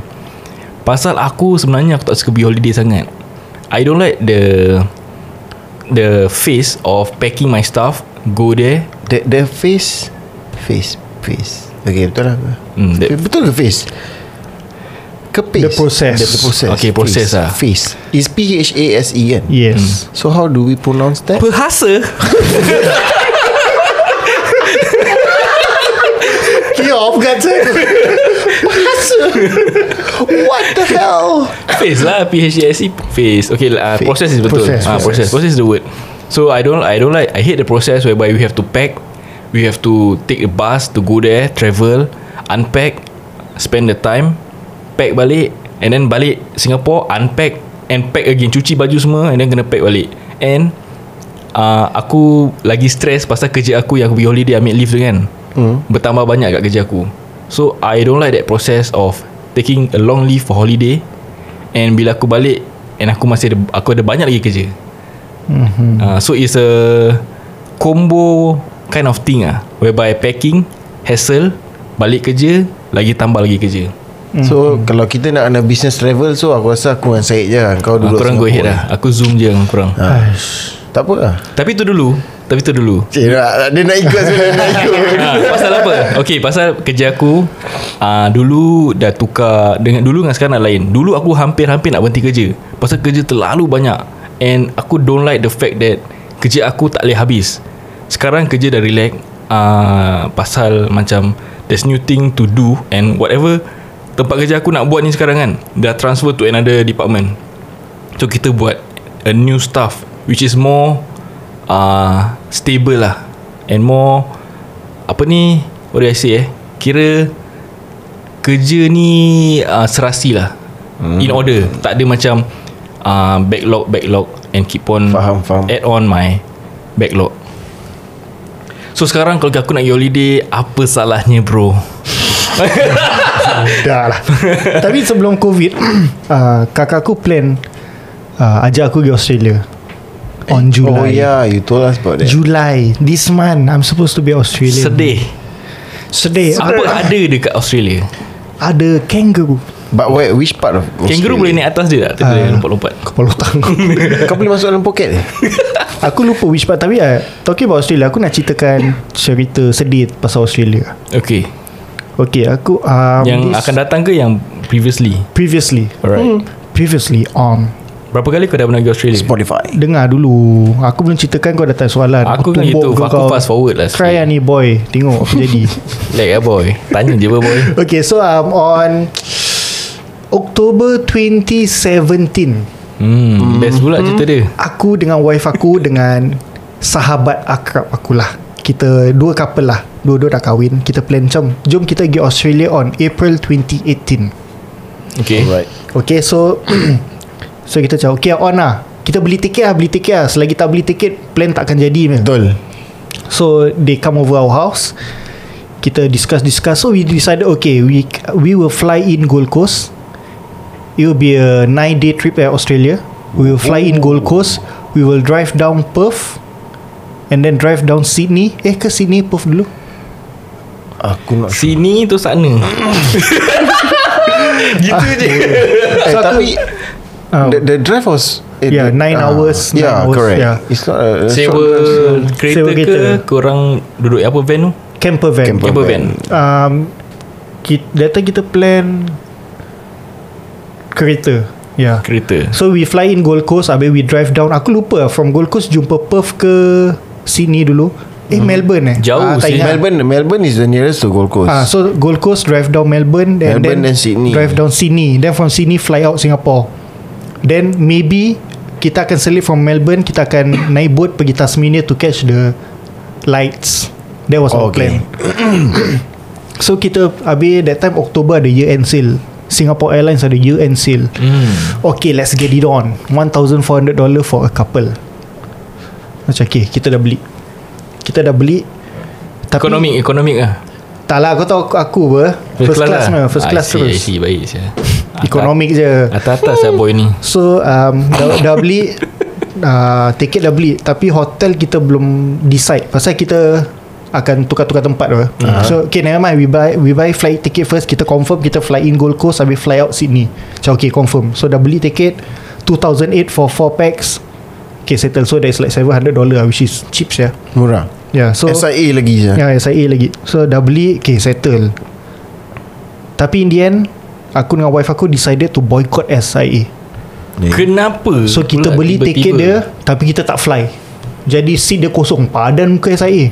C: Pasal aku Sebenarnya aku tak suka pergi holiday sangat I don't like the The face Of packing my stuff Go there
B: The, the face, face, face. Okay, betul lah.
C: Hmm, that-
B: betul ke face? Ke face?
D: The process.
B: The process.
C: Okay, process
B: face.
C: lah.
B: Face. Is P-H-A-S-E kan?
D: Yes.
B: So how do we pronounce that?
C: Perhasa
D: Kira off guard saya.
B: What the hell?
C: Face lah PHASE Face Okay uh,
B: Face.
C: Process is betul
D: Process,
C: process, uh, process. process is the word So I don't I don't like I hate the process Whereby we have to pack We we have to take a bus to go there, travel, unpack, spend the time, pack balik and then balik Singapore, unpack and pack again, cuci baju semua and then kena pack balik. And uh, aku lagi stress pasal kerja aku yang aku pergi holiday ambil leave tu kan. Mm. Bertambah banyak kat kerja aku. So I don't like that process of taking a long leave for holiday and bila aku balik and aku masih ada aku ada banyak lagi kerja. Mm-hmm. Uh, so it's a combo kind of thing ah whereby packing, hassle, balik kerja, lagi tambah lagi kerja.
B: Hmm. So kalau kita nak ada business travel So aku rasa aku dengan Syed je lah. Kau
C: Uh,
B: dulu
C: korang go ahead lah. Aku zoom je dengan korang.
B: ha. Tak apa lah
C: Tapi tu dulu, tapi tu dulu.
B: Cik, nak- dia nak ikut sebenarnya nak ikut
C: Ah, pasal apa? Okay, pasal kerja aku uh, dulu dah tukar dengan dulu dengan sekarang dah lain. Dulu aku hampir-hampir nak berhenti kerja. Pasal kerja terlalu banyak and aku don't like the fact that kerja aku tak boleh habis. Sekarang kerja dah relax uh, pasal macam there's new thing to do and whatever tempat kerja aku nak buat ni sekarang kan dah transfer to another department. So kita buat a new stuff which is more uh, stable lah and more apa ni what do I say eh kira kerja ni uh, serasi lah hmm. in order tak ada macam uh, backlog backlog and keep on
B: Faham, faham.
C: add on my backlog so sekarang kalau aku nak pergi holiday apa salahnya bro
D: Dah lah
B: Hmm.
D: Tapi sebelum covid uh, Kakak aku plan uh, Ajak aku pergi Australia On July
B: Oh yeah You told us about that
D: July This month I'm supposed to be Australia
C: sedih
D: Sedih
C: apa
D: Eh, Apa
C: ada dekat Australia
D: Ada kangaroo
B: But where, which part of
C: kangaroo boleh naik atas dia tak Dia boleh
D: Ah.
C: lompat-lompat
D: Kepala otak aku
B: Kau boleh masuk dalam poket ni
D: Aku lupa which part Tapi uh, Talking about Australia Aku nak ceritakan Cerita sedih Pasal Australia
C: okay
D: Okay aku um,
C: yang
D: this
C: akan datang ke yang previously
D: Previously
C: alright
D: Previously on
C: berapa kali kau dah pernah pergi Australia
B: Spotify
D: Dengar dulu Aku belum ceritakan kau datang soalan
C: Aku kan gitu,
D: tumbuk kau-
C: aku
D: kau
C: fast forward lah sikit.
D: Try lah ni boy Tengok apa jadi
C: Lag lah boy Tanya je apa boy
D: Okay so um, on October 2017
C: hmm, Best pula cerita dia
D: Aku dengan wife aku Dengan Sahabat akrab akulah Kita Dua couple lah Dua-dua dah kahwin Kita plan macam Jom kita pergi Australia on April 2018
C: Okay
B: Alright
D: Okay so So kita cakap Okay on lah Kita beli tiket lah Beli tiket lah Selagi tak beli tiket Plan takkan jadi man.
B: Betul
D: So they come over our house Kita discuss discuss So we decided Okay we we will fly in Gold Coast It will be a 9 day trip at Australia We will fly in Gold Coast We will drive down Perth And then drive down Sydney Eh ke Sydney Perth dulu
B: Aku nak
C: Sini tu Ah, sana Gitu je
B: Eh
D: So aku-
B: tapi
D: Ah.
B: the, the drive was eh,
D: Yeah,
B: the-
D: nine
B: ah.
D: hours, nine
B: Yeah
D: hours,
B: correct
D: yeah.
B: It's not a, a
C: Sewa
B: short drive.
C: kereta
D: Sewa kereta.
C: ke Korang duduk apa van tu
D: Camper van
B: Camper.
C: Camper
B: van.
C: van
D: um, kita, Later kita plan Kereta Yeah
C: Kereta
D: So we fly in Gold Coast Habis we drive down Aku lupa From Gold Coast jumpa Perth ke Sydney dulu Eh Melbourne eh
C: Jauh
D: Ah, tak
C: sih.
B: Hmm.
D: ingat.
B: Oh, Melbourne Melbourne is the nearest to Gold Coast
D: Ah, so Gold Coast drive down Melbourne and
B: Melbourne,
D: then
B: then Sydney.
D: drive down Sydney then from Sydney fly out Singapore then maybe kita akan selip from Melbourne kita akan naik boat pergi Tasmania to catch the lights that was
B: Oh,
D: our plan so kita habis that time October ada year end sale Singapore Airlines ada year end sale mm. okay let's get it on $1,400 for a couple macam okay kita dah beli kita dah beli Tapi-
C: Ekonomik Ekonomik lah
D: tak lah kau tahu aku, aku apa First, class, class lah. First
C: Ah, I
D: class
C: see,
D: terus
C: I see baik saya
D: Economic je
C: Atas-atas lah boy ni
D: So um, dah, dah beli uh, Tiket dah beli Tapi hotel kita belum decide Pasal kita akan tukar-tukar tempat apa. Uh-huh. So okay never mind we buy we buy flight ticket first kita confirm kita fly in Gold Coast habis fly out Sydney. So okay confirm. So dah beli tiket 2008 for 4 packs. Okay settle so that's like 700 dollar which is cheap ya.
B: Murah
D: Yeah so
B: SIA lagi je
D: Ya SIA lagi So dah beli Okay settle Tapi in the end Aku dengan wife aku Decided to boycott SIA
C: Kenapa
D: So kita
C: pula
D: beli
C: lah, tiba-tiba?
D: tiket dia Tapi kita tak fly Jadi seat dia kosong Padan muka SIA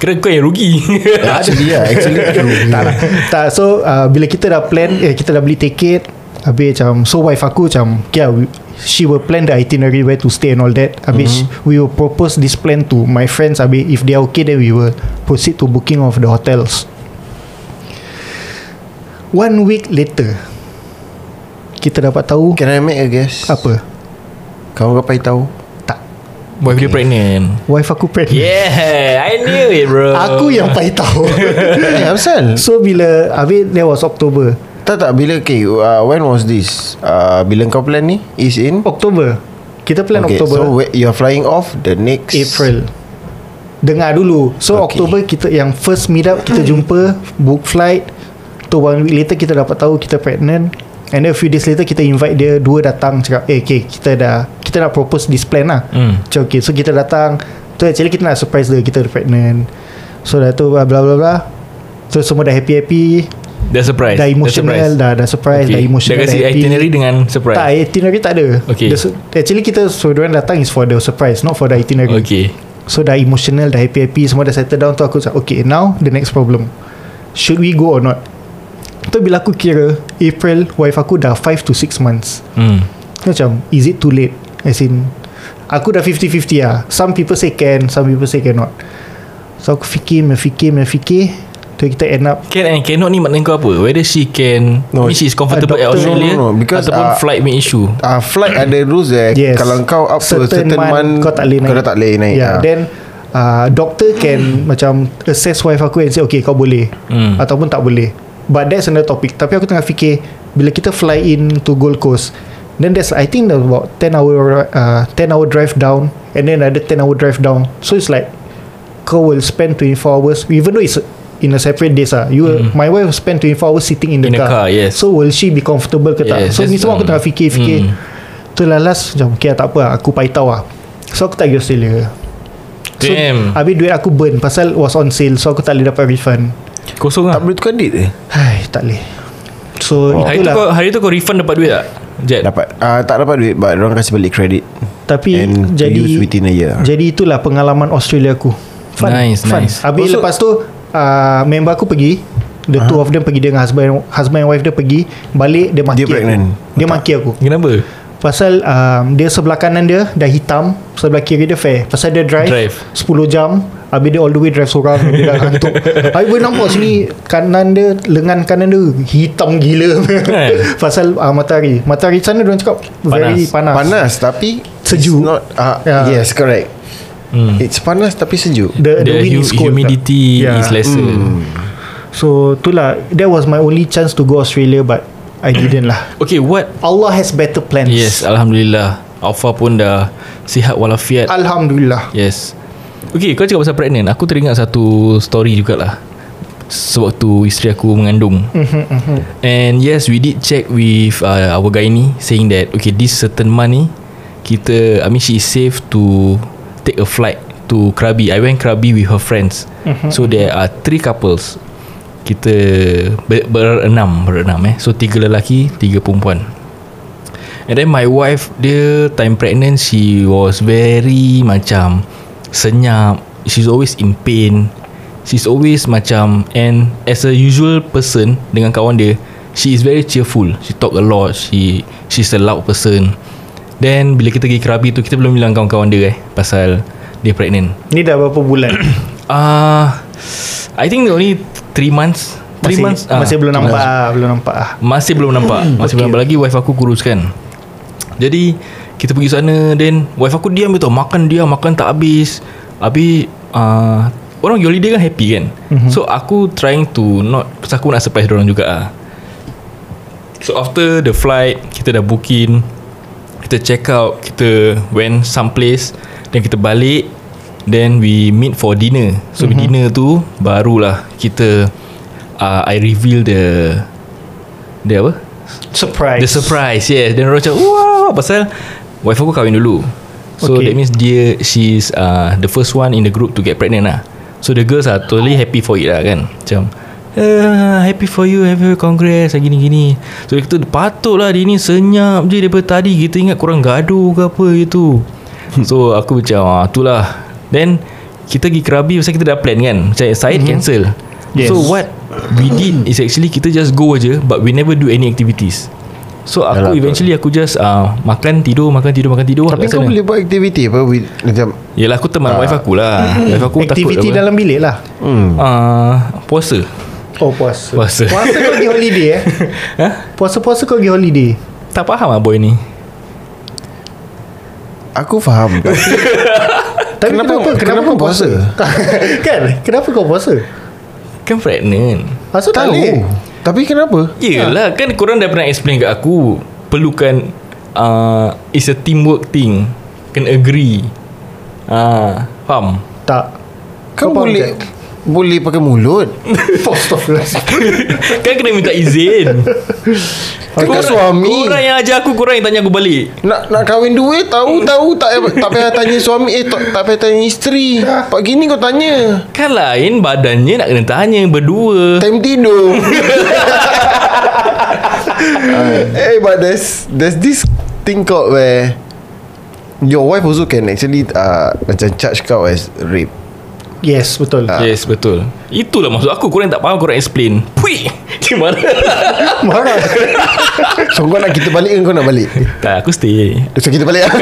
C: Kira kau yang rugi
B: Eh, Actually yeah Actually true
D: Tak lah tak, So uh, bila kita dah plan eh, Kita dah beli tiket Habis macam So wife aku macam Yeah we, She will plan the itinerary
C: Mhm.
D: Where to stay and all that Habis mm-hmm. We will propose this plan to my friends Habis if they are okay Then we will proceed to booking of the hotels. One week later, kita dapat tahu
B: Can I make a guess?
D: apa?
B: Kamu kapai tahu?
D: Tak.
C: Wife dia pregnant
D: Wife aku pregnant.
C: Yeah I knew it bro
D: Aku yang pai tahu.
B: Eh, Amsal.
D: so bila habis that was October.
B: Tak tak bila okay, uh, when was this? Uh, bila kau plan ni? Is in
D: October. Kita Oh, plan
B: okay,
D: October.
B: So wait, you're flying off the next
D: April Dengar dulu So
B: Okay.
D: okay. Oktober kita Yang first meet up Kita jumpa Book flight Tu one week later Kita dapat tahu Kita pregnant And then a few days later Kita invite dia Dua datang Cakap eh okay Kita dah Kita nak propose this plan lah
C: Hmm.
D: Cakap okay So kita datang Tu actually kita nak surprise dia Kita pregnant So dah tu bla bla bla bla So semua dah happy-happy
C: Dah surprise
D: Dah emotional Dah dah surprise Dah emotional
C: Dah kasi
D: happy.
C: itinerary dengan surprise
D: Tak itinerary tak ada
C: Okay.
D: The su- Actually kita So diorang datang is for the surprise Not for the itinerary
C: Okay
D: So dah emotional Dah happy-happy Semua dah settle down tu Aku cakap Okay now the next problem Should we go or not Tu bila aku kira April Wife aku dah 5 to 6 months
C: hmm.
D: Aku Macam Is it too late As in Aku dah 50-50 lah Some people say can Some people say cannot So aku fikir Mefikir Mefikir Tu kita end up
C: Can and cannot eh, ni maknanya kau apa Whether she can
B: No,
C: no, Means she is comfortable at
D: a doctor-
C: Australia
B: No, no, no, because,
C: Ataupun
B: uh,
C: flight main issue
B: Uh, flight ada rules eh
D: Yes
B: Kalau kau up to a certain month,
D: Kau tak boleh naik
B: Kau dah tak boleh naik
D: yeah,
B: ah.
D: Then uh, Doctor can Macam Assess wife aku And say okay kau boleh
C: Hmm.
D: Ataupun tak boleh But that's another topic Tapi aku tengah fikir Bila kita fly in To Gold Coast Then there's I think there's about 10 hour uh, 10 hour drive down And then another 10 hour drive down So it's like Kau will spend 24 hours Even though it's In a separate days ah, you mm. my wife will spend 24 hours sitting in the,
C: Hmm. In the car, yes.
D: So will she be comfortable ke tak?
C: Yes,
D: so ni
C: that's
D: semua aku
C: the-
D: tengah fikir-fikir.
C: Hmm.
D: Tu lah last Macam okay lah, tak apa lah, Aku paitau lah So aku tak pergi Australia so,
C: Damn
D: Habis duit aku burn Pasal was on sale So aku tak boleh dapat refund
C: Kosong
B: Tak
C: lah
B: boleh tukar date eh
D: Hai tak boleh So oh.
C: Hari tu,
D: itulah
C: kau, hari tu kau refund dapat duit tak Jet
B: Dapat uh, Tak dapat duit But orang kasi balik credit
D: Tapi
B: And to
D: jadi
B: use within a year
D: Jadi itulah pengalaman Australia aku Fun
C: Nice,
D: fun.
C: nice.
D: Habis
B: Also-
D: lepas tu uh, Member aku pergi The uh-huh. two of them pergi Dengan husband Husband and wife dia pergi Balik dia maki
B: Dia pregnant.
D: aku. Dia maki aku
C: Kenapa
D: Pasal um, Dia sebelah kanan dia Dah hitam Sebelah kiri dia fair Pasal dia drive,
C: Drive.
D: 10 jam Habis dia all the way drive seorang Dia dah ngantuk Habis boleh nampak sini Kanan dia Lengan kanan dia Hitam gila
C: Kan?
D: Pasal uh, matahari Matahari sana Diorang cakap Very panas,
B: Panas tapi
D: Sejuk. Ya.
B: it's not, uh,
D: Yeah.
B: Yes correct It's panas tapi sejuk
D: The, the,
C: The,
D: wind
C: hu-
D: is cold
C: humidity
D: Yeah.
C: is lesser
B: Hmm.
D: So itulah That was my only chance To go Australia But I didn't lah
C: Okay what
D: Allah has better plans
C: Yes Alhamdulillah Alfa pun dah Sihat walafiat
D: Alhamdulillah
C: Yes Okay kau cakap pasal pregnant Aku teringat satu story jugalah Sewaktu isteri aku mengandung And yes we did check with uh, our gynae Saying that Okay this certain month ni Kita I mean she is safe to Take a flight to Krabi I went Krabi with her friends So there are three couples Kita ber, Berenam Berenam eh So tiga lelaki Tiga perempuan And then my wife Dia time pregnant She was very Macam Senyap She's always in pain She's always macam And as a usual person Dengan kawan dia She is very cheerful She talk a lot She She's a loud person Then bila kita pergi Krabi tu Kita belum bilang kawan-kawan dia eh Pasal Dia pregnant
D: Ni dah berapa bulan
C: Ah, uh, I think only 3 months 3
D: Masih,
C: months ah,
D: masih belum
C: three
D: nampak
C: months.
D: ah, Belum nampak ah.
C: Masih belum nampak Masih belum nampak lagi Wife aku kuruskan Jadi Kita pergi sana Then Wife aku diam je tau Makan dia Makan tak habis Habis uh, Orang pergi holiday kan happy kan mm-hmm. So aku trying to Not Pasal aku nak surprise orang juga ah. So after the flight Kita dah booking Kita check out Kita went someplace Then kita balik Then we meet for dinner So mm-hmm. dinner tu Barulah Kita uh, I reveal the The apa
D: Surprise
C: The surprise Yes Then orang macam Wow Pasal Wife aku kahwin dulu So
D: Okay.
C: okay. that means dia She's uh, The first one in the group To get pregnant lah So the girls are Totally happy for it lah kan Macam Uh, happy for you Happy for you Congrats Gini gini So kita patut lah Dia ni senyap je Daripada tadi Kita ingat korang gaduh ke apa gitu
D: Hmm.
C: So aku macam ah, Itulah Then Kita pergi Krabi Pasal kita dah plan kan Macam Syed mm-hmm. cancel yes.
D: Hmm. Yes.
C: So what we did Is actually Kita just go aje But we never do any activities So aku
B: Yalah,
C: eventually aku just uh, makan tidur makan tidur makan tidur
B: Tapi
C: kat
B: kau
C: sana.
B: boleh buat aktiviti apa with, Macam
C: Yalah aku teman wife aku lah.
B: Hmm.
C: Wife aku
D: Aktiviti
C: takut. apa.
D: dalam bilik lah
C: uh, puasa.
D: Oh puasa
C: Puasa.
D: Puasa kau pergi holiday eh
C: Ha?
D: Puasa-puasa kau pergi holiday
C: Tak faham ah boy ni.
B: Aku faham
D: Tapi
B: Kenapa-
D: kenapa Kenapa,
B: kenapa
D: kau puasa, Kan Kenapa kau puasa
C: Kan pregnant.
D: Asal tak
B: Tahu
D: boleh
B: Tapi kenapa
C: Yelah
B: Ya.
C: kan korang dah pernah explain kat aku Perlukan uh, It's a teamwork thing Can agree uh, Faham?
D: Tak
B: Kau,
D: faham
B: boleh
D: tak?
B: Boleh pakai mulut
D: Astagfirullahaladzim
C: kan kena minta izin
B: Kan kau suami
C: Korang yang ajar aku Korang yang tanya aku balik
B: nak nak kahwin dua tahu tahu tak payah- tak payah tanya suami eh tak, tak payah tanya isteri. Pak gini kau tanya.
C: Kan lain badannya nak kena tanya Berdua
B: Time tidur. eh but there's there's this thing called where your wife also can actually uh, macam charge kau as rape.
D: Yes betul
C: Yes betul Itulah maksud aku Korang yang tak faham Korang explain Pui Gimana
D: Marah
B: So kau nak kita balik ke kau nak balik?
C: Tak aku stay
B: So kita balik lah.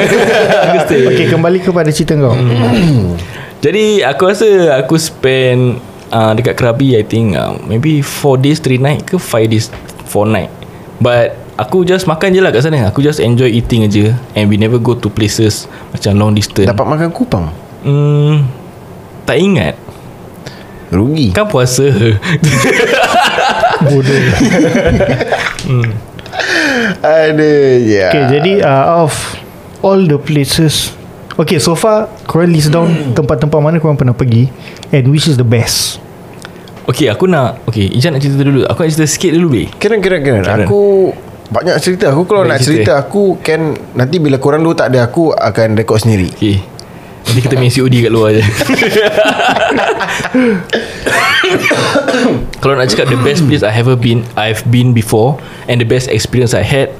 C: Aku stay
D: Okay kembali kepada cerita kau
C: Jadi aku rasa aku spend uh, dekat Krabi I think uh, maybe 4 days 3 night ke 5 days 4 night. But aku just makan je lah kat sana. Aku just enjoy eating aja and we never go to places macam long distance.
B: Dapat makan kupang.
C: Hmm, tak ingat.
B: Rugi.
C: Kan puasa.
D: Bodoh
B: Ada ya.
D: Okay jadi uh, Of All the places Okay so far Korang list down Tempat-tempat mana korang pernah pergi And which is the best
C: okay, aku nak Okay, Ijan nak cerita dulu. Aku nak cerita sikit dulu weh.
B: Kira kira kira
C: Karen.
B: Aku Banyak cerita Aku kalau
C: Banyak
B: nak cerita, Aku kan Nanti bila korang dua tak ada Aku akan rekod sendiri
C: Okay. Nanti kita main COD kat luar je. Kalau nak cakap the best place I ever been I've been before and the best experience I had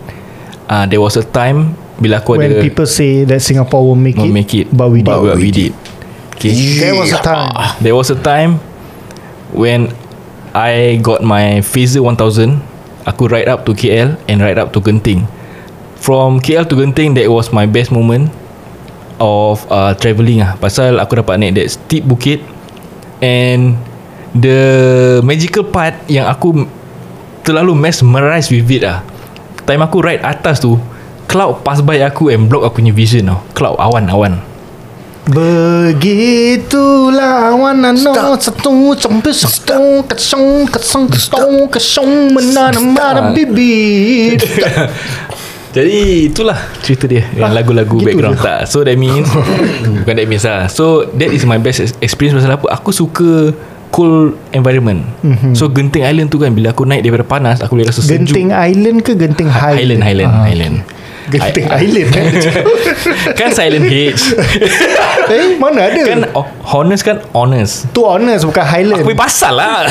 C: uh, there was a time bila aku
D: When
C: ada
D: people say That Singapore will make
C: won't
D: it
C: make it
D: But we
C: but
D: did
C: we, did. Okay.
D: There was a time
C: Ah, There was a time when I got my Phaser 1000 aku ride up to KL and ride up to Genting. From KL to Genting that was my best moment of uh, travelling ah pasal aku dapat naik that steep bukit and the magical part yang aku m- terlalu mesmerised with it ah time aku ride atas tu cloud pass by aku and block aku punya vision tau cloud awan-awan
D: Begitulah awanan no satu cempis satu kesong kesong kesong kesong menanam ada bibit.
C: Jadi itulah cerita dia Dengan
D: Ah,
C: lagu-lagu
D: gitu
C: background
D: je.
C: tak So that means Bukan that means lah So that is my best ex- experience Pasal apa Aku suka Cold environment mm-hmm. So Genting Island tu kan Bila aku naik daripada panas Aku boleh rasa
D: Mhm. Genting
C: sejuk
D: Island ke Genting Highland?
C: Highland Highland
D: Ah.
C: Highland
D: Genting
C: I-
D: Island eh?
C: Kan Silent H
D: Eh mana ada?
C: Kan oh, honest kan honest
D: tu honest bukan Highland.
C: Aku punya pasal lah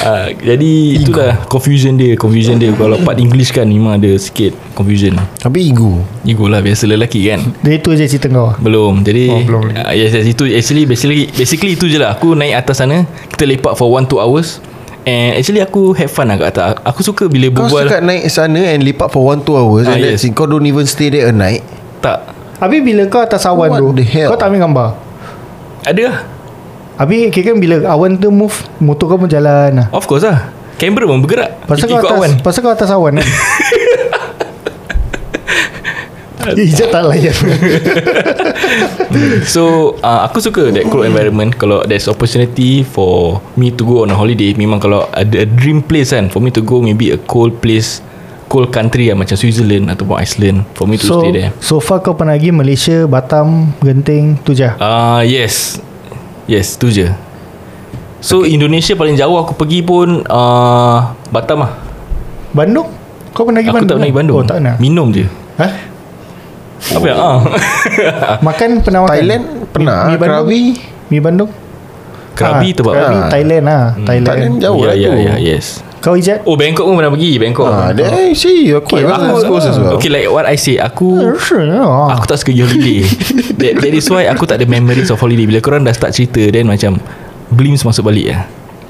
C: uh, Jadi itulah Confusion dia Confusion dia Kalau part English kan Memang ada sikit Confusion
B: Tapi ego
C: Ego lah biasa lelaki kan
D: Dia tu je cerita kau.
C: Belum Jadi oh,
D: Oh, belum
C: belum
D: lagi.
C: uh, Yes yes Itu actually basically, basically itu je lah Aku naik atas sana Kita lepak for 1-2 hours And actually aku have fun lah kat atas Aku suka bila
B: Kau
C: berbual lah.
B: setakat naik sana And lipat for one two hours
C: Ah,
B: And that's
C: yes.
B: it Kau don't even stay there a night
C: Tak
D: Habis bila kau atas awan
B: What
D: tu,
B: the hell?
D: kau tak ambil gambar.
C: Ada lah
D: Habis kira kan bila awan tu move, motor kau pun jalan lah.
C: Of course lah Kamera pun bergerak
D: Pasal kau
C: Ikut
D: atas,
C: awan.
D: pasal kau atas awan kan. Ya, Ijat tak layan
C: So uh, Aku suka that cold environment Kalau there's opportunity For me to go on a holiday Memang kalau ada a dream place kan For me to go maybe a cold place Cold country lah Macam Switzerland Ataupun Iceland For me to
D: So
C: stay there
D: So far kau pernah pergi Malaysia Batam Genting Tu je
C: Ah uh, yes. Yes, tu je. So okay. Indonesia paling jauh aku pergi pun uh, Batam lah.
D: Bandung Kau pernah pergi
C: Aku
D: Bandung
C: tak pernah pergi Bandung.
D: Oh tak pernah
C: Minum je.
D: ha?
C: Apa yang ah.
D: Makan pernah makan
B: Thailand Pernah
D: Mi Bandung?
B: Krabi
D: Mi Bandung
C: Krabi
D: Ah, eh,
C: tu
D: Krabi
B: Ah.
D: Thailand lah Thailand
B: Thailand jauh
C: ya,
B: lah
C: ya,
B: tu
C: ya, yes.
D: Kau ijat
C: Oh Bangkok pun pernah pergi Bangkok.
B: Ah, there, see, aku okay,
D: lah.
B: aku as well.
C: Okay like what I say
D: Ah,
C: Aku
D: ya?
C: Aku tak suka pergi holiday that, that is why Aku tak ada memories eh. of holiday Bila korang dah start cerita Then macam Glimpse masuk balik lah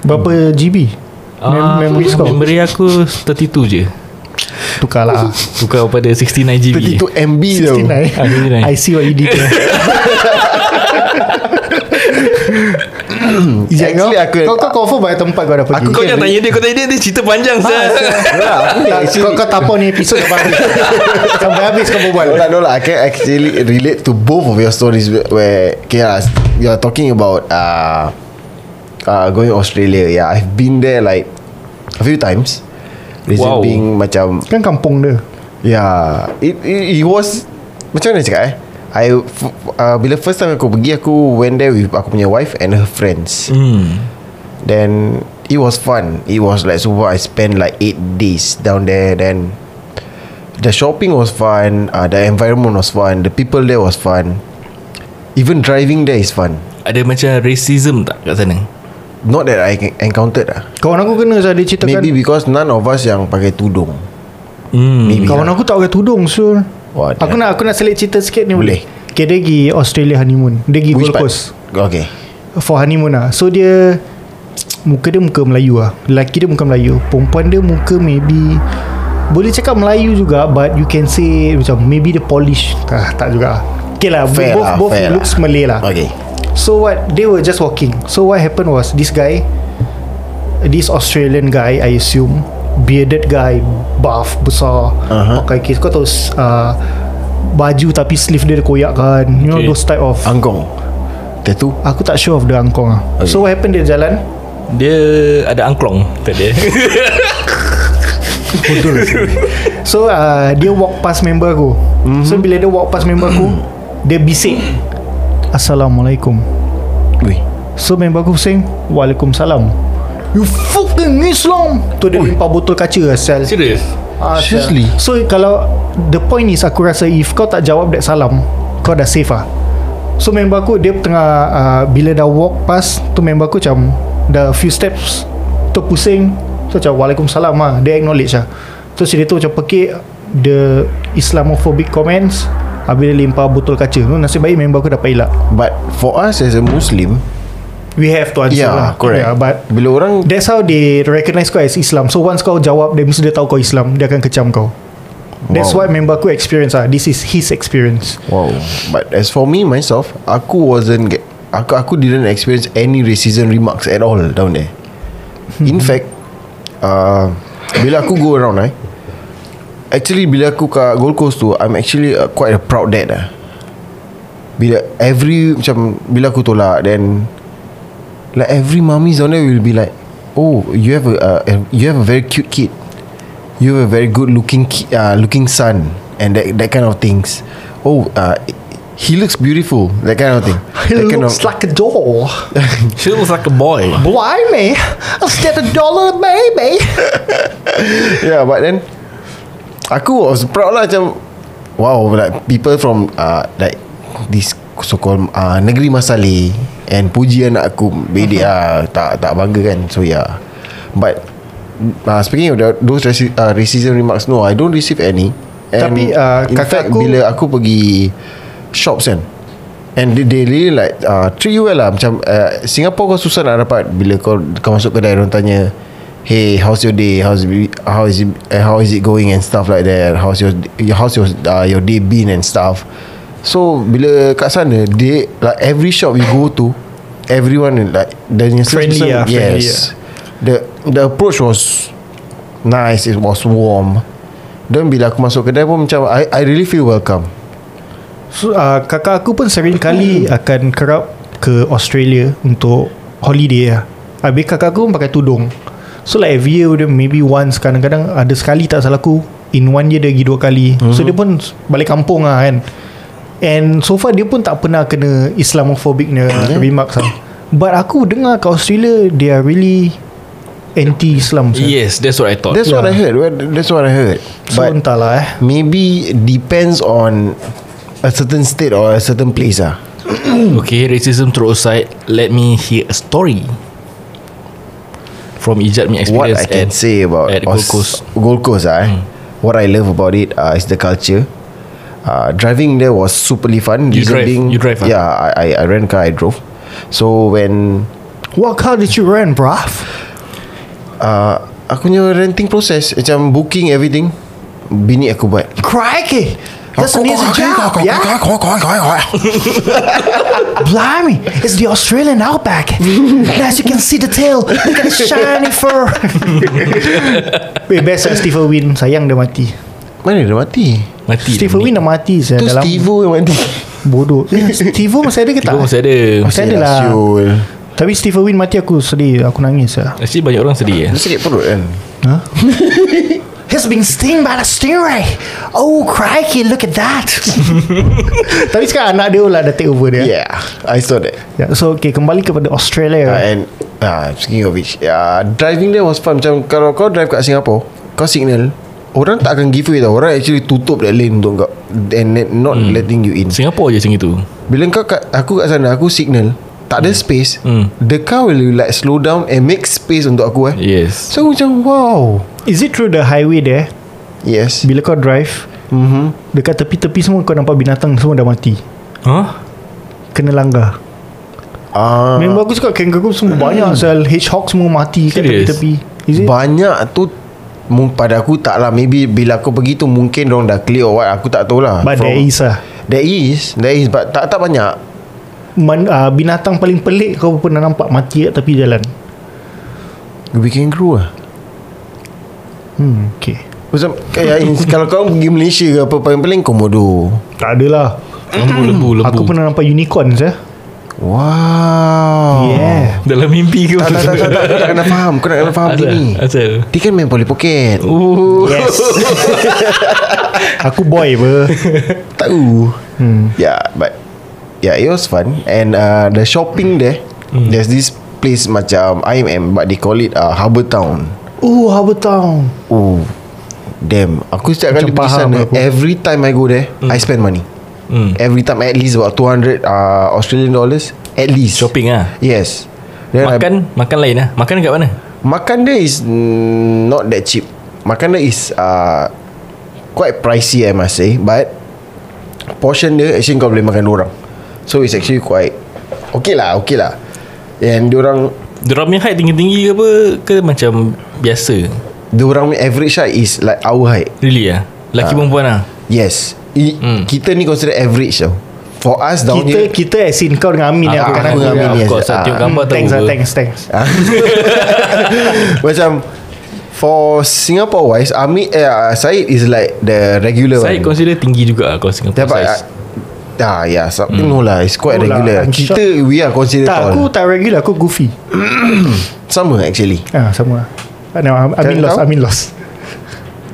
D: Berapa GB
C: Ah,
D: memories kau? lah.
C: Memory aku 32 je
D: Tukarlah
C: Tukar pada 69GB
B: 32 MB tau
D: 69
C: Ah, 69.
D: I see what you did there Ijak kau
B: Actually, aku-
D: Kau kau confirm banyak tempat kau dah pergi
B: Aku
C: Kau jangan tanya dia Kau tanya dia Dia cerita panjang sah.
B: Eh,
D: Tak, Kau kau tapau ni episod sampai habis Sampai habis kau
B: No
D: berbual
B: lah, no lah. I can actually relate to both of your stories where okay, lah, you're talking about uh, uh, going Australia. Yeah, I've been there like a few times. Reason wow.
C: Wow.
B: being macam
D: Kan kampung dia
B: yeah, Ya, it, it, it was macam mana cakap eh? I f- uh, bila first time aku pergi aku went there with aku punya wife and her friends.
C: Hmm
B: Then it was fun. It was like so I spent like eight days down there. Then the shopping was fun. Uh, the environment was fun. The people there was fun. Even driving there is fun.
C: Ada macam racism tak kat sana
B: Not that I en- encountered lah.
D: Kawan aku kena saya dia ceritakan
B: Maybe because none of us yang pakai tudung.
C: Hmm
B: Maybe.
D: Kawan
B: lah. eh?
D: aku tak pakai tudung Sur
B: Wah,
D: Aku
B: dia-
D: nak aku nak selit cerita sikit ni
B: Boleh.
D: Okay dia pergi Australia honeymoon Dia pergi
B: Which
D: Gold
B: part?
D: Coast
B: Okay.
D: For honeymoon lah So dia Muka dia muka Melayu lah Lelaki dia muka Melayu Perempuan dia muka maybe Boleh cakap Melayu juga But you can say Macam maybe dia Polish ah, Tak juga Okay lah
B: Fair
D: Both,
B: lah,
D: both
B: fair lah.
D: looks Malay lah
B: Okay.
D: So what They were just walking So what happened was This guy This Australian guy I assume Bearded guy Buff Besar
B: Aha.
D: uh-huh. Pakai kes Kau tahu uh, Baju tapi sleeve dia koyak kan You know
C: Okay.
D: those type of
B: Angkong. Tattoo.
D: Aku tak sure of the angkong lah okay. So what happened dia jalan
C: Dia ada angklong Tak dia
D: So uh, Dia walk past member aku mm-hmm. So bila dia walk past member aku Dia bisik Assalamualaikum
B: Wih.
D: So member aku pusing Waalaikumsalam You fucking Islam Tu dia limpah botol kaca Asal
C: Serius
D: Ah,
B: Seriously?
D: So kalau The point is Aku rasa if kau tak jawab That salam Kau dah safe lah So member aku Dia tengah uh, Bila dah walk past Tu member aku macam Dah few steps Tu pusing Tu macam Waalaikumsalam lah Dia acknowledge lah Terus dia tu macam pekik The Islamophobic comments Habis dia lempar botol kaca Tu Nasib baik member aku dapat elak
B: But for us as a Muslim,
D: We have to answer
B: yeah,
D: lah
B: correct.
D: yeah, But
B: bila orang
D: That's how they recognize kau as Islam. So once kau jawab, dia mesti dia tahu kau Islam, dia akan kecam kau. That's
B: Wow.
D: wow. what member aku experience ah. This is his experience.
B: Wow. But as for me myself, aku wasn't get, aku aku didn't experience any racism remarks at all down there.
D: Mhm.
B: In fact, uh, bila aku go around eh, actually bila aku kat Gold Coast tu, I'm actually uh, quite a proud dad lah. Bila every macam bila aku tolak then like every mummies down there will be like, oh you have a uh, you have a very cute kid. You have a very good looking ki- uh, looking son and that that kind of things. Oh, uh, he looks beautiful. That kind of thing.
D: He
B: that kind
D: looks
B: of,
D: like a doll.
C: She looks like a boy
D: Blimey, is that a dollar baby?
B: yeah, but then aku was proud lah macam wow like people from uh, like this so called uh, negeri Masali and puji anak aku bedek
D: Mhm.
B: lah tak tak bangga kan so yeah but uh, speaking of the, those raci- uh, racism remarks no I don't receive any and
D: Tapi, uh,
B: in
D: kakak
B: fact
D: aku-
B: bila aku pergi shops kan And they, they really like uh, Treat you well lah Macam uh, Singapore kau susah nak dapat Bila kau Kau masuk kedai Orang tanya Hey how's your day How's it- how is it uh, How is it going And stuff like that How's your How's your uh, Your day been and stuff So bila kat sana They Like every shop you go to Everyone like the
D: Friendly
B: salesperson-
D: ah, friendly
B: Yes The The approach was Nice It was warm Then bila aku masuk kedai pun Macam I, I really feel welcome
D: So, uh, kakak aku pun sering kali akan kerap ke Australia untuk holiday lah. Habis kakak aku pun pakai tudung. So like every year dia maybe once kadang-kadang ada sekali tak salah aku in one year dia pergi dua kali. Mm-hmm. So dia pun balik kampung lah kan. And so far dia pun tak pernah kena Islamophobic ni remarks lah. But aku dengar kat Australia they are really anti-Islam. Yeah.
C: Yes that's what I thought
B: That's what I
D: Yeah.
B: heard. Well, That's what I heard.
D: So
B: But
D: entahlah eh.
B: maybe depends on a certain state or a certain place ah.
C: Okay racism throw aside Let me hear a story From Ijat me
B: What
C: experience
B: I can
C: at-
B: say about
C: at Gold
B: Aus-
C: Coast. Hmm.
B: Gold Coast ah. eh. What I love about it uh, is the culture. Uh, driving there was superly fun.
C: You
B: Reason
C: drive-
B: being-
C: you drive, ah?
B: Yeah, I, I I rent car. I drove. So when
D: What car did you rent, bruv?
B: uh, aku punya renting process macam booking everything bini aku buat.
F: Crikey! That's an easy job, yeah? Blimey, it's the Australian outback. And As you can see the tail, look at the shiny fur.
D: Weh best lah Stephen Win Sayang dia mati
B: Mana dia mati?
C: Mati
D: Stephen Win dah mati saya
B: Tu
D: dalam
B: Steve yang mati.
D: Bodoh eh, Steve masih ada ke tak?
C: Kau masih ada
D: Masih ada lah
B: Ya, Siul.
D: Tapi Stephen Win mati aku sedih Aku nangis lah
C: Actually banyak orang sedih eh
B: Dia sakit perut kan?
F: He's being stung by the stingray. Oh, crikey, look at that.
D: Tapi sekarang anak dia lah Dah take over dia
B: Yeah, I saw that.
D: yeah. Ya, So okay Kembali kepada
B: Uh,
D: Australia
B: and uh, speaking of which, uh, driving there was fun. Macam kalau kau drive kat Singapore, kau signal, orang tak akan give way tau. Orang actually tutup that lane untuk kau. And then not hmm. letting you in.
C: Singapore je macam itu
B: Bila kau kat, aku kat sana, aku signal, tak ada space.
C: Hmm.
B: The car will like slow down and make space untuk aku eh.
C: Yes
B: So aku macam, wow.
D: Is it through the highway there
B: Yes.
D: Bila kau drive
B: Mm-hmm.
D: Dekat tepi-tepi semua Kau nampak binatang Semua dah mati
C: Huh?
D: Kena langgar
B: Ah,
D: Member aku cakap Kangaroo semua banyak Sel hedgehog semua mati Kat
C: Serious?
D: tepi-tepi Is it?
B: banyak tu mu- pada aku tak lah Maybe bila aku pergi tu Mungkin orang dah clear or what Aku tak tahu lah
D: But
B: From-
D: there is lah
B: There is There is But tak, tak banyak
D: Man, uh, binatang paling pelik kau pernah nampak mati kat tepi jalan.
B: Baby kangaroo lah
D: Hmm, okay.
B: Macam kayak in- Kalau kau pergi Malaysia ke apa Paling-paling komodo
D: Tak adalah.
C: Lembu lembu lembu
D: Aku pernah nampak unicorn saya.
B: Wow
D: Yeah.
C: Dalam mimpi ke
B: Tak tak tak tak, tak, Kau nak kena faham Kau nak kena faham
C: Asal?
B: gini
C: Asal?
B: Dia kan main poly pocket
C: Oh
D: Yes. Aku boy ber.
B: Tahu hmm. Yeah but Yeah it was fun And uh, the shopping there hmm. There's this place macam IMM But they call it uh, Harbour Town
D: Oh, Harbour Town.
B: Oh Damn Aku setiap kali pergi
D: Macam faham
B: sana
D: aku. Hmm.
B: Every time I go there mm. I spend money mm. Every time at least About 200 uh, Australian dollars At least
C: Shopping ah.
B: Yes
C: Kan,
B: Then I-
C: Makan Makan lain lah Makan kat mana?
B: Makan dia is mm, Not that cheap Makan dia is uh, Quite pricey I must say But Portion dia Actually kau boleh makan dua orang So it's actually quite Okay lah Okay lah And diorang
C: Diorang punya height tinggi-tinggi ke apa Ke macam biasa
B: Diorang punya average lah Is like our height
C: Really lah Laki
B: Ah.
C: perempuan lah
B: Yes I, mm. Kita ni consider average tau For us down
D: Kita
B: here
D: kita as in kau dengan Amin
C: Ah,
D: yang aku
B: aku
D: kan
B: dengan
D: aku.
B: Amin,
D: ya.
B: yes.
C: Of course
B: Ah,
C: lah Tengok
D: Hmm,
C: gambar tahu
D: Thanks lah,
C: apa.
D: thanks, thanks.
B: Macam For Singapore wise Ami eh, uh, Syed is like The regular
C: Saya
B: one
C: consider tinggi juga lah Kalau Singapore
B: Dapat
C: size
B: Ah ya yeah, something no lah It's quite
D: No lah,
B: regular
D: I'm
B: Kita we are considered tall
D: Tak, aku tak regular, aku goofy.
B: Sama actually
D: Ah, sama. Ah, no, Am- Amin
B: Kau-
D: lost,
B: kau?
D: Amin lost.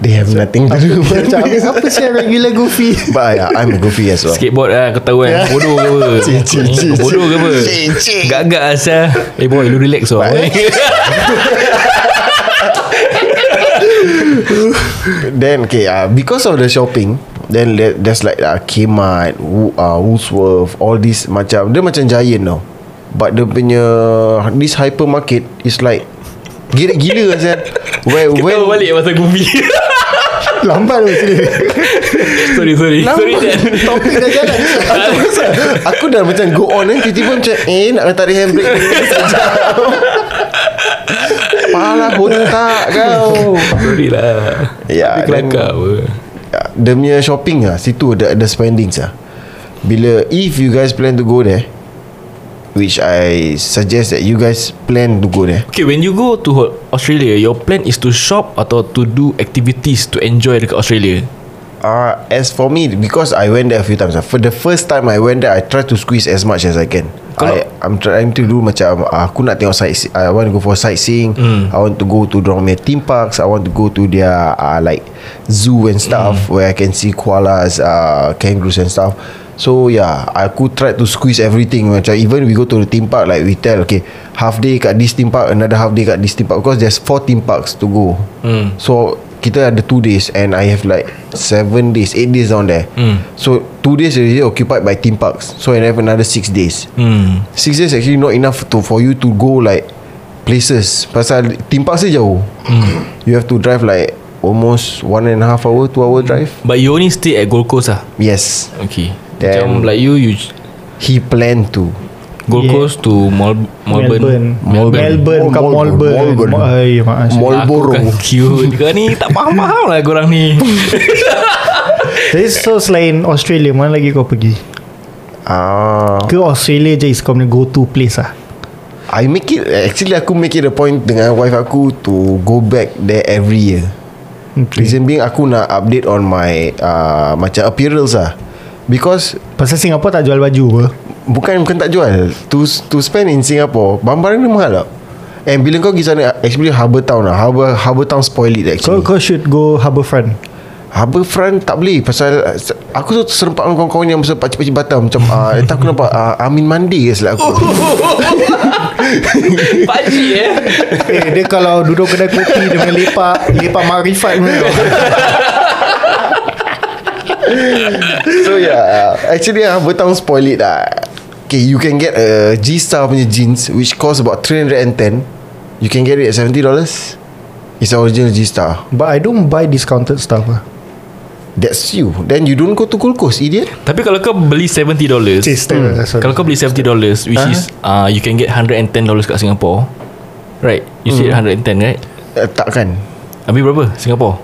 B: They have nothing to do
D: Macam apa sih regular goofy?
B: But yeah, I'm a goofy as well
C: Skateboard lah Kau tahu kan Bodoh ke apa
B: Ya. Cik, cik,
C: Hmm,
B: cik,
C: kau Bodoh ke apa
B: cik, cik.
C: Gagak asal Eh boy lu relax lah
B: Baik. Then okay uh, Because of the shopping Then there- there's like uh, Kmart Wo- uh, Woolworth All this macam Dia macam giant tau But dia punya This hypermarket Is like Gila-gila kan Where
C: Kita
B: when
C: balik pasal Goofy
D: Lambat tu sini.
C: Sorry sorry Sorry
B: Lambat
C: Dan
B: Topik dah jalan aku, rasa, aku dah macam go on eh, Tiba-tiba macam Eh nak kena tarik handbrake dulu Sekejap Pala otak kau
C: Sorry lah
B: Ya,
C: Dia kelakar apa
B: Ya, Dia punya shopping lah Situ ada, ada spendings lah Bila If you guys plan to go there Which I suggest that you guys plan to go there
C: Okay when you go to Ho- Australia Your plan is to shop Atau to do activities To enjoy dekat Australia
B: uh, As for me Because I went there a few times lah. For the first time I went there I try to squeeze as much as I can
C: Kalau-
B: I, I'm trying to do macam uh, Aku nak tengok sight I want to go for sightseeing mm. I want to go to dorang punya theme parks I want to go to their uh, Like Zoo and stuff mm. Where I can see koalas uh, Kangaroos and stuff So yeah Aku try to squeeze everything Macam even we go to the theme park Like we tell Okay Half day kat this theme park Another half day kat this theme park Because there's four theme parks to go mm. So kita ada 2 days and I have like 7 days 8 days down there
C: Hmm.
B: mm. so 2 days is occupied by theme parks so I have another 6 days
C: Hmm
B: 6 days actually not enough to for you to go like places pasal theme parks dia jauh
C: Hmm.
B: mm. you have to drive like almost 1 and a half hour 2
C: Hmm.
B: hour drive
C: But you only stay at Gold Coast lah
B: yes
C: Okay
B: Then-
C: Macam like you You
B: he planned to
C: Gold
D: Yeah.
C: Coast to Mol- Melbourne
D: Melbourne, Melbourne. bukan
B: Oh, Melbourne.
D: Melbourne.
B: Melbourne.
D: Mo- Ay, maaf.
C: Aku
B: Marlboro
C: kan cute Kau ni tak faham-faham lah korang ni
D: Jadi so selain Australia Mana lagi kau pergi
B: Ah,
D: Ke Australia je Is kau punya go to place lah
B: I make it Actually aku make it a point Dengan wife aku To go back there every year
D: okay.
B: Reason being aku nak update on my uh, Macam appearance lah Because
D: Pasal Singapura tak jual baju apa
B: Bukan bukan tak jual To to spend in Singapore Barang-barang dia mahal tak And bila kau pergi sana Actually Harbour Town lah Harbour, Harbour Town spoil it
D: Kau,
B: actually
D: kau should go Harbourfront
B: Harbourfront tak boleh Pasal uh, se- Aku tu serempak dengan kawan-kawan Yang pasal pakcik-pakcik Batam Macam uh, Tak aku nampak uh, Amin Mandi ke silap aku
C: Pakcik eh
D: Eh dia kalau duduk kedai kopi Dia punya lepak Lepak marifat punya tau.
B: So yeah uh, Actually uh, Harbour Town spoil it lah Okay you can get a G-Star punya jeans Which cost about 310 You can get it at $70 It's the original G-Star
D: But I don't buy discounted stuff lah
B: That's you Then you don't go to Gold Coast Idiot
C: Tapi kalau kau beli $70
D: Cis hmm.
C: Kalau kau beli $70 Which
B: Ah.
C: is uh, You can get $110 kat Singapore Right You said 110 right
B: uh, Takkan
C: Habis berapa Singapore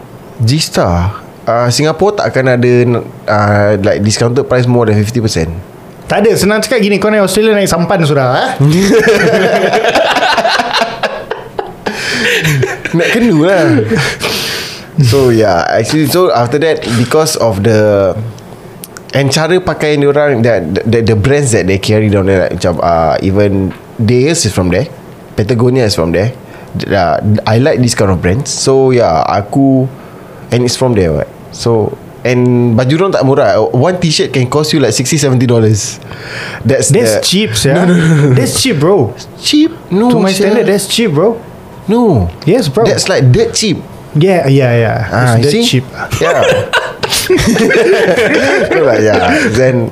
B: G-Star uh, Singapore takkan ada uh, Like discounted price More than 50%
D: Tak ada Senang cakap gini Kau naik Australia naik sampan sudah ha?
B: Nak kena lah So yeah Actually so after that Because of the And cara pakaian diorang that, the, the brands that they carry down there like, Macam uh, Even Deus is from there Patagonia is from there uh, I like this kind of brands So yeah Aku And it's from there what So And baju diorang tak murah One t-shirt can cost you like 60-70 dollars That's,
D: That's
B: the,
D: cheap yeah. That's cheap bro
B: cheap No
D: To my
B: sia.
D: standard That's cheap bro
B: No
D: Yes bro
B: Oh, That's like dirt cheap
D: Yeah yeah yeah
B: Ah,
D: It's
B: you
D: that
B: see?
D: cheap
B: Yeah. so like, yeah. Then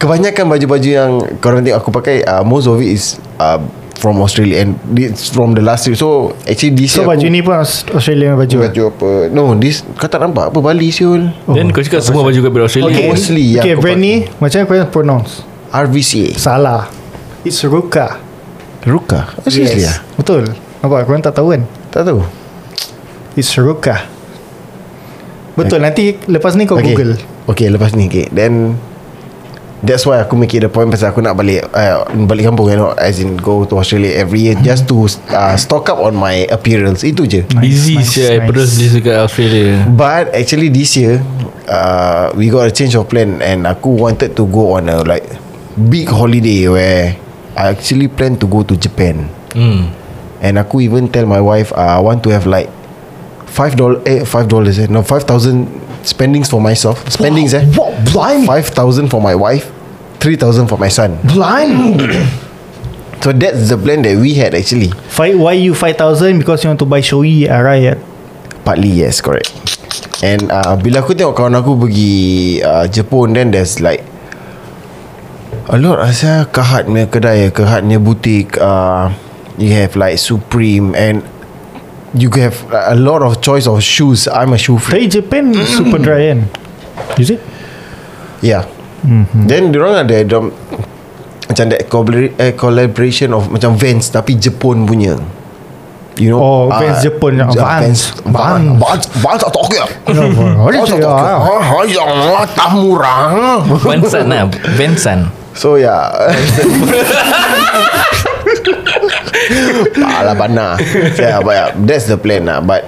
B: kebanyakan baju-baju yang korang tengok aku pakai uh, most of it is uh, from Australia and it's from the last year. So actually this
D: So
B: year
D: baju
B: aku,
D: ni pun Aus- Australia punya baju eh?
B: oh. baju apa? No, this kau tak nampak apa Bali siul.
C: Then kau cakap Semua baju kau beli Australia
B: Okay. Mostly yang
D: Okay
B: aku
D: brand
B: pakai.
D: ni Macam mana kau pronounce
B: RVCA.
D: Salah It's Ruka
B: Ruka. Oh, seriously ah?
D: Betul Nampak korang tak tahu kan
B: Tak tahu.
D: It's Ruka Betul nanti Lepas ni kau
B: okay.
D: google
B: Okay, lepas ni okay. Then That's why aku make it a point Pasal aku nak balik uh, Balik kampung you know, As in go to Australia Every year Just to uh, Stock up on my appearance Itu je
C: Busy nice,
D: Nice, nice,
C: nice. Terus dia dekat Australia
B: But actually this year uh, We got a change of plan And aku wanted to go on a like Big holiday Where I actually plan to go to Japan
C: Hmm
B: And aku even tell my wife uh, I want to have like Five dollars Eh five dollars eh No five thousand Spendings for myself Spendings eh
F: What blind?
B: Five thousand for my wife, three thousand for my son.
F: Blind?
B: So that's the plan that we had actually.
D: Fight why you 5000 Because you want to buy showy at Riot
B: Partly yes, correct. And uh, bila aku tengok kawan aku pergi uh, Jepun, then there's like a lot asal kahat punya kedai, kahat punya butik. Uh, you have like Supreme and you have a lot of choice of shoes. I'm a shoe freak.
D: Tapi Japan super dry kan Is it?
B: Yeah. Mm-hmm. Then diorang ada dom, macam that collabora- eh, collaboration of macam Vans tapi Jepun punya. You know?
D: Oh, Vans Jepun.
B: Ja-
D: Vans.
B: Vans. Vans. Vans. Vans of Tokyo. Vans of Tokyo. Ah, ya, tak murah.
C: Bensan lah Bensan
B: So ya. yeah. Alah lah, bana. Yeah, but yeah, that's the plan lah. But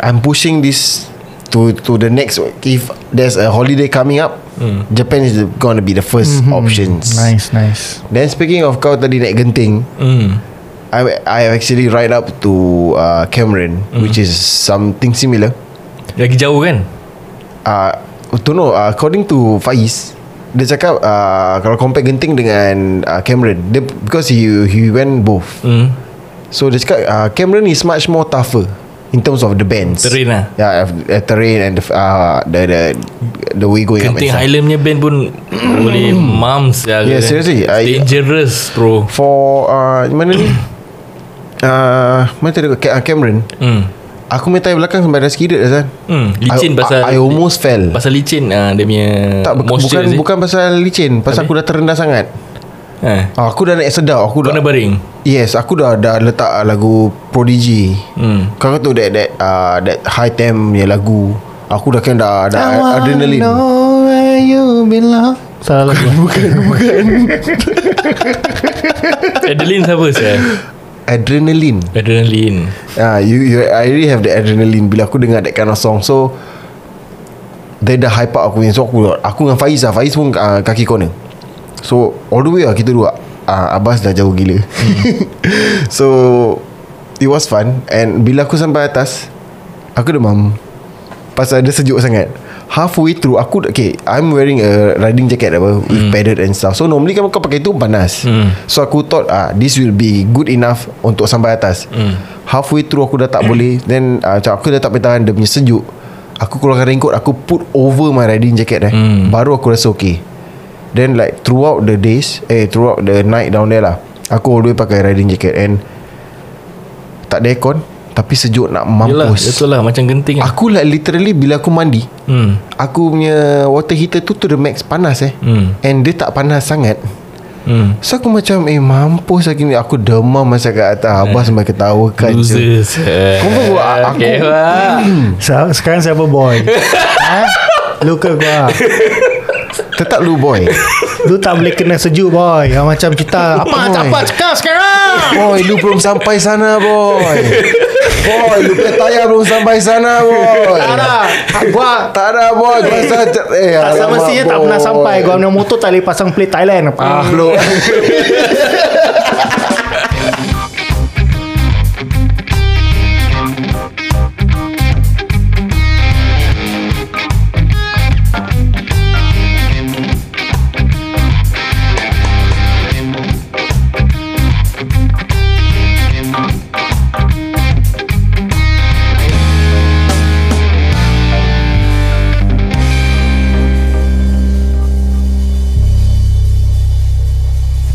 B: I'm pushing this to to the next. If there's a holiday coming up, mm. Japan is going to be the 1st options.
D: Nice nice
B: Then speaking of kau tadi naik genting,
C: Hmm
B: I I actually ride up to uh, Cameron, mm. which is something similar.
C: Lagi jauh kan
B: uh, don't know uh, according to Faiz dia cakap uh, kalau compare Genting dengan uh, Cameron dia because he he went both
C: Hmm
B: so dia cakap uh, Cameron is much more tougher in terms of the bands
C: Terrain lah
B: yeah uh, terrain and the, uh, the the the way going up and
C: Genting
B: stuff.
C: Highland punya band pun Boleh mams lah
B: Hmm. Yeah, seriously, I-
C: Dangerous bro
B: for uh, mana ni uh, mana tadi Ca- uh, Cameron
C: Hmm
B: aku main tayar belakang sampai dah skidded Azan
C: Hmm Licin
B: I,
C: pasal
B: I, I almost fell
C: Pasal licin ah Dia punya
B: tak, bu-
C: moisture
B: bukan
C: sih.
B: bukan pasal licin pasal aku dah terendah sangat
C: Eh.
B: Ah, aku dah naik sedap. Aku dah
C: Kau nak baring
B: Yes, aku dah dah letak ah, lagu Prodigy.
C: Hmm.
B: Kau tu that that uh, that high temp punya lagu. Aku dah kan dah, dah adrenaline.
F: know where you belong. Salah lagu.
C: Adeline siapa saya?
B: Adrenaline.
C: Adeline
B: Ah, you, you I really have the adrenaline bila aku dengar that kind of song. So they dah hype up aku ni. So aku aku dengan Faiz lah. Faiz pun uh, kaki corner. So all the way lah kita dua. Uh, Abbas dah jauh gila. so it was fun and bila aku sampai atas aku demam. Pasal dia sejuk sangat. Halfway through aku okay, I'm wearing a riding jacket apa with
C: Hmm.
B: padded and stuff. So normally kan kau pakai tu panas. So aku thought ah this will be good enough untuk sampai atas.
C: Hmm.
B: Halfway through aku dah tak boleh then uh, macam aku dah tak boleh tahan dia punya sejuk. Aku keluarkan raincoat Aku put over my riding jacket eh.
C: Hmm.
B: Baru aku rasa okay Then like Throughout the days Eh throughout the night down there lah Aku always pakai riding jacket And Tak ada aircon Tapi sejuk nak
C: Yelah
B: mampus Ah.
C: Betul lah Macam genting lah
B: Aku like literally Bila aku mandi
C: hmm.
B: Aku punya water heater tu To the max panas eh
C: Hmm.
B: And dia tak panas sangat
C: Hmm.
B: So aku macam Eh mampus lagi ni Aku demam masa kat atas Abah sampai ketawa kan
C: Losers
B: Kau tahu aku-
C: Okay wah.
F: Sa- Sekarang siapa boy? ha? Lu ke gua?
B: Tetap lu boy
F: Lu tak boleh kena sejuk boy. Ha, macam cerita apa
B: Boy.
F: apa cakap sekarang.
B: Boy lu belum sampai sana boy Boy lu punya tayar belum sampai sana boy
F: Tak ada. Ah, Gua
B: Tak ada boy Gua rasa eh,
F: tak sama
B: alamak,
F: sih tak pernah
B: boy.
F: sampai. Gua punya motor tak boleh pasang plate Thailand.
B: Ah lu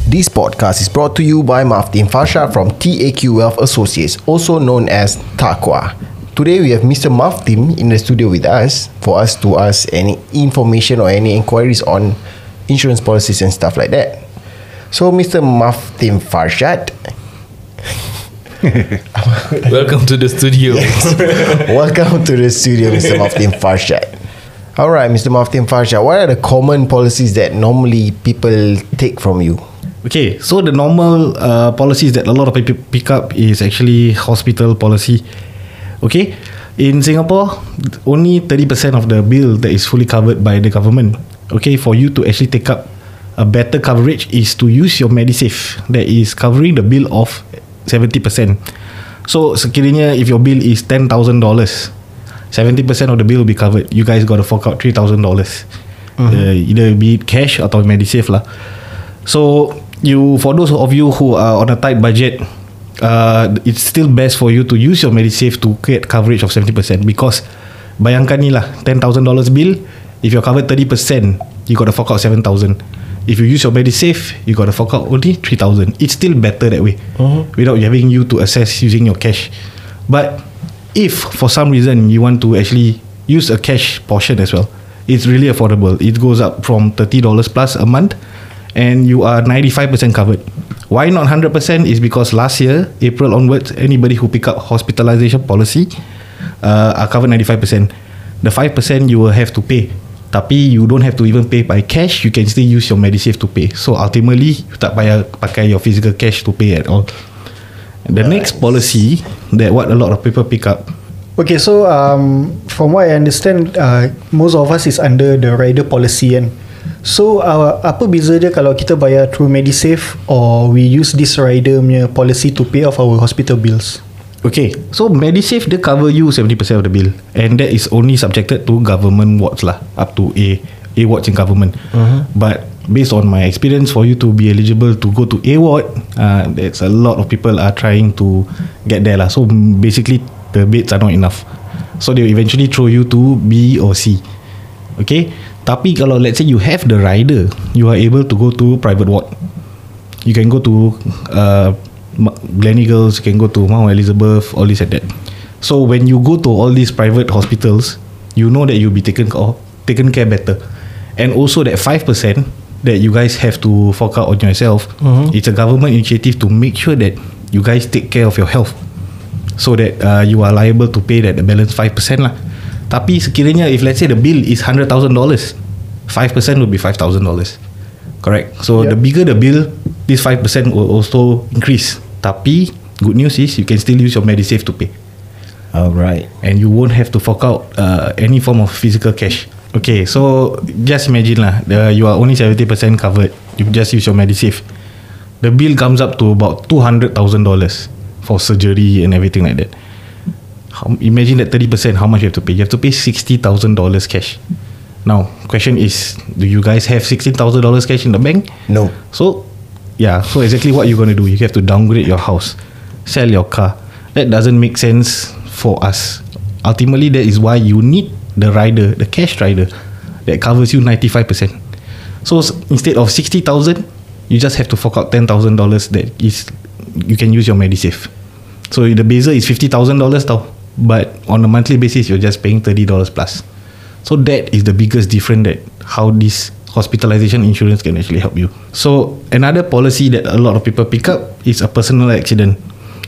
B: This podcast is brought to you by Maftin Fasha from TAQ Wealth Associates, also known as Taqwa. Today we have Mr. Maftim in the studio with us for us to ask any information or any inquiries on insurance policies and stuff like that. So Mr. Maftim Farshad,
C: Welcome to the studio
B: welcome to the studio Mr. Maftim Farshad. All right, Mr. Maftim Farshad, what are the common policies that normally people take from you?
G: Okay, so the normal uh, policies that a lot of people pick up is actually hospital policy. Okay, in Singapore, only 30% of the bill that is fully covered by the government. Okay, for you to actually take up a better coverage is to use your MediSave that is covering the bill of 70%. So sekiranya if your bill is $10,000, 70% of the bill will be covered. You guys got to fork out $3,000. Uh, either be it cash atau MediSave lah. So you for those of you who are on a tight budget, uh, it's still best for you to use your MediSave to create coverage of 70% because bayangkan ni lah $10,000 bill, if you're covered 30%, you got to fork out 7,000. If you use your MediSave, you got to fork out only 3,000. It's still better that way without having you to assess using your cash. But if for some reason you want to actually use a cash portion as well, it's really affordable. It goes up from $30 plus a month and you are 95% covered. Why not 100% is because last year, April onwards, anybody who pick up hospitalization policy uh, are covered 95%. The 5% you will have to pay. Tapi you don't have to even pay by cash, you can still use your MediSave to pay. So ultimately, you tak payah pakai your physical cash to pay at all. The next policy that what a lot of people pick up
D: Okay, so um, from what I understand, uh, most of us is under the rider policy kan. So uh, apa beza dia kalau kita bayar through MediSave or we use this rider punya policy to pay off our hospital bills?
G: Okay, so MediSave dia cover you 70% of the bill and that is only subjected to government wards lah up to A A wards in government. But based on my experience for you to be eligible to go to A ward, uh, that's a lot of people are trying to get there lah. So mm, basically the beds are not enough. So they will eventually throw you to B or C. Okay, tapi kalau let's say you have the rider, you are able to go to private ward you can go to uh, Ma- Gleneagles, you can go to Mount Elizabeth, all this and that. So when you go to all these private hospitals, you know that you'll be taken care, taken care better, and also that five percent that you guys have to fork out on yourself. It's a government initiative to make sure that you guys take care of your health so that uh, you are liable to pay that the balance 5% lah. Tapi sekiranya if let's say the bill is $100,000, 5% would be $5,000. Correct. So
D: Yeah.
G: the bigger the bill, this 5% will also increase. Tapi good news is you can still use your MediSave to pay
B: Alright.
G: and you won't have to fork out uh, any form of physical cash. Okay, so just imagine lah, the, you are only 70% covered. You just use your MediSave. The bill comes up to about $200,000 for surgery and everything like that. How, imagine that 30%, how much you have to pay? You have to pay $60,000 cash. Now, question is, do you guys have $16,000 cash in the bank?
B: No.
G: So, yeah. So exactly what you're gonna do? You have to downgrade your house, sell your car. That doesn't make sense for us. Ultimately, that is why you need the rider, the cash rider, that covers you 95%. So s- instead of 60,000, you just have to fork out $10,000 that is you can use your MediSave. So the baser is $50,000 tau. But on a monthly basis, you're just paying $30 plus. So that is the biggest difference that how this hospitalization insurance can actually help you. So another policy that a lot of people pick up is a personal accident.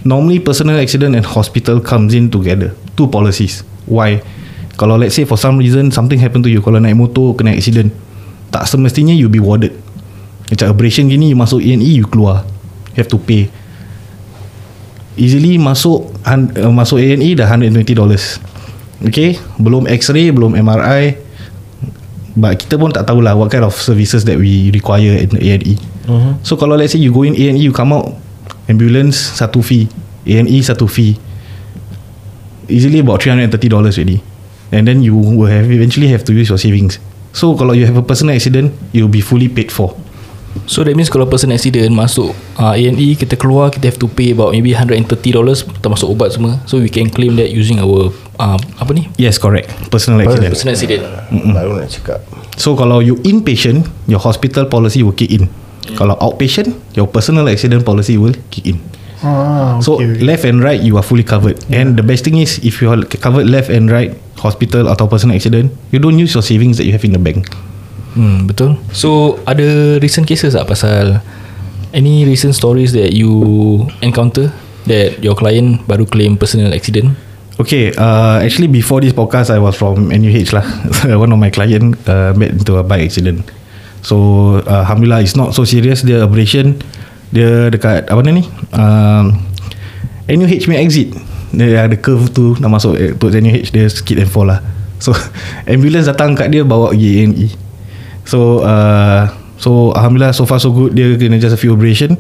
G: Normally personal accident and hospital comes in together. Two policies. Why? Kalau let's say for some reason something happen to you kalau naik motor kena accident tak semestinya you be warded. Macam abrasion gini you masuk E&E you keluar. You have to pay easily masuk han, uh, masuk A&E dah 120 dollars. Okay, belum X-ray, belum MRI. But kita pun tak tahulah what kind of services that we require in A&E. Uh-huh. So kalau let's say you go in A&E, you come out ambulance satu fee, A&E satu fee. Easily about 330 dollars already. And then you will have eventually have to use your savings. So kalau you have a personal accident, you'll be fully paid for.
C: So that means kalau person accident masuk uh, A&E kita keluar kita have to pay about maybe 130 dollars termasuk ubat semua. So we can claim that using our uh, apa ni?
G: Yes, correct. Personal accident.
C: Person accident.
B: Mm-mm. Baru nak cakap.
G: So kalau you inpatient, your hospital policy will kick in. Kalau outpatient, your personal accident policy will kick in.
D: Ah,
G: So
D: okay.
G: left and right you are fully covered. And the best thing is if you are covered left and right hospital atau personal accident, you don't use your savings that you have in the bank.
C: Hmm, betul. So ada recent cases tak pasal any recent stories that you encounter that your client baru claim personal accident?
G: Okay, uh, actually before this podcast, I was from NUH lah. One of my client uh, met into a bike accident. So, uh, Alhamdulillah, it's not so serious. Dia abrasion, dia dekat apa ni? Um, NUH punya exit. Dia ada curve tu nak masuk eh, tu NUH, dia skid and fall lah. So, ambulance datang kat dia bawa pergi E. A&E. So, uh, so Alhamdulillah, so far so good. Dia kena just a few abrasion.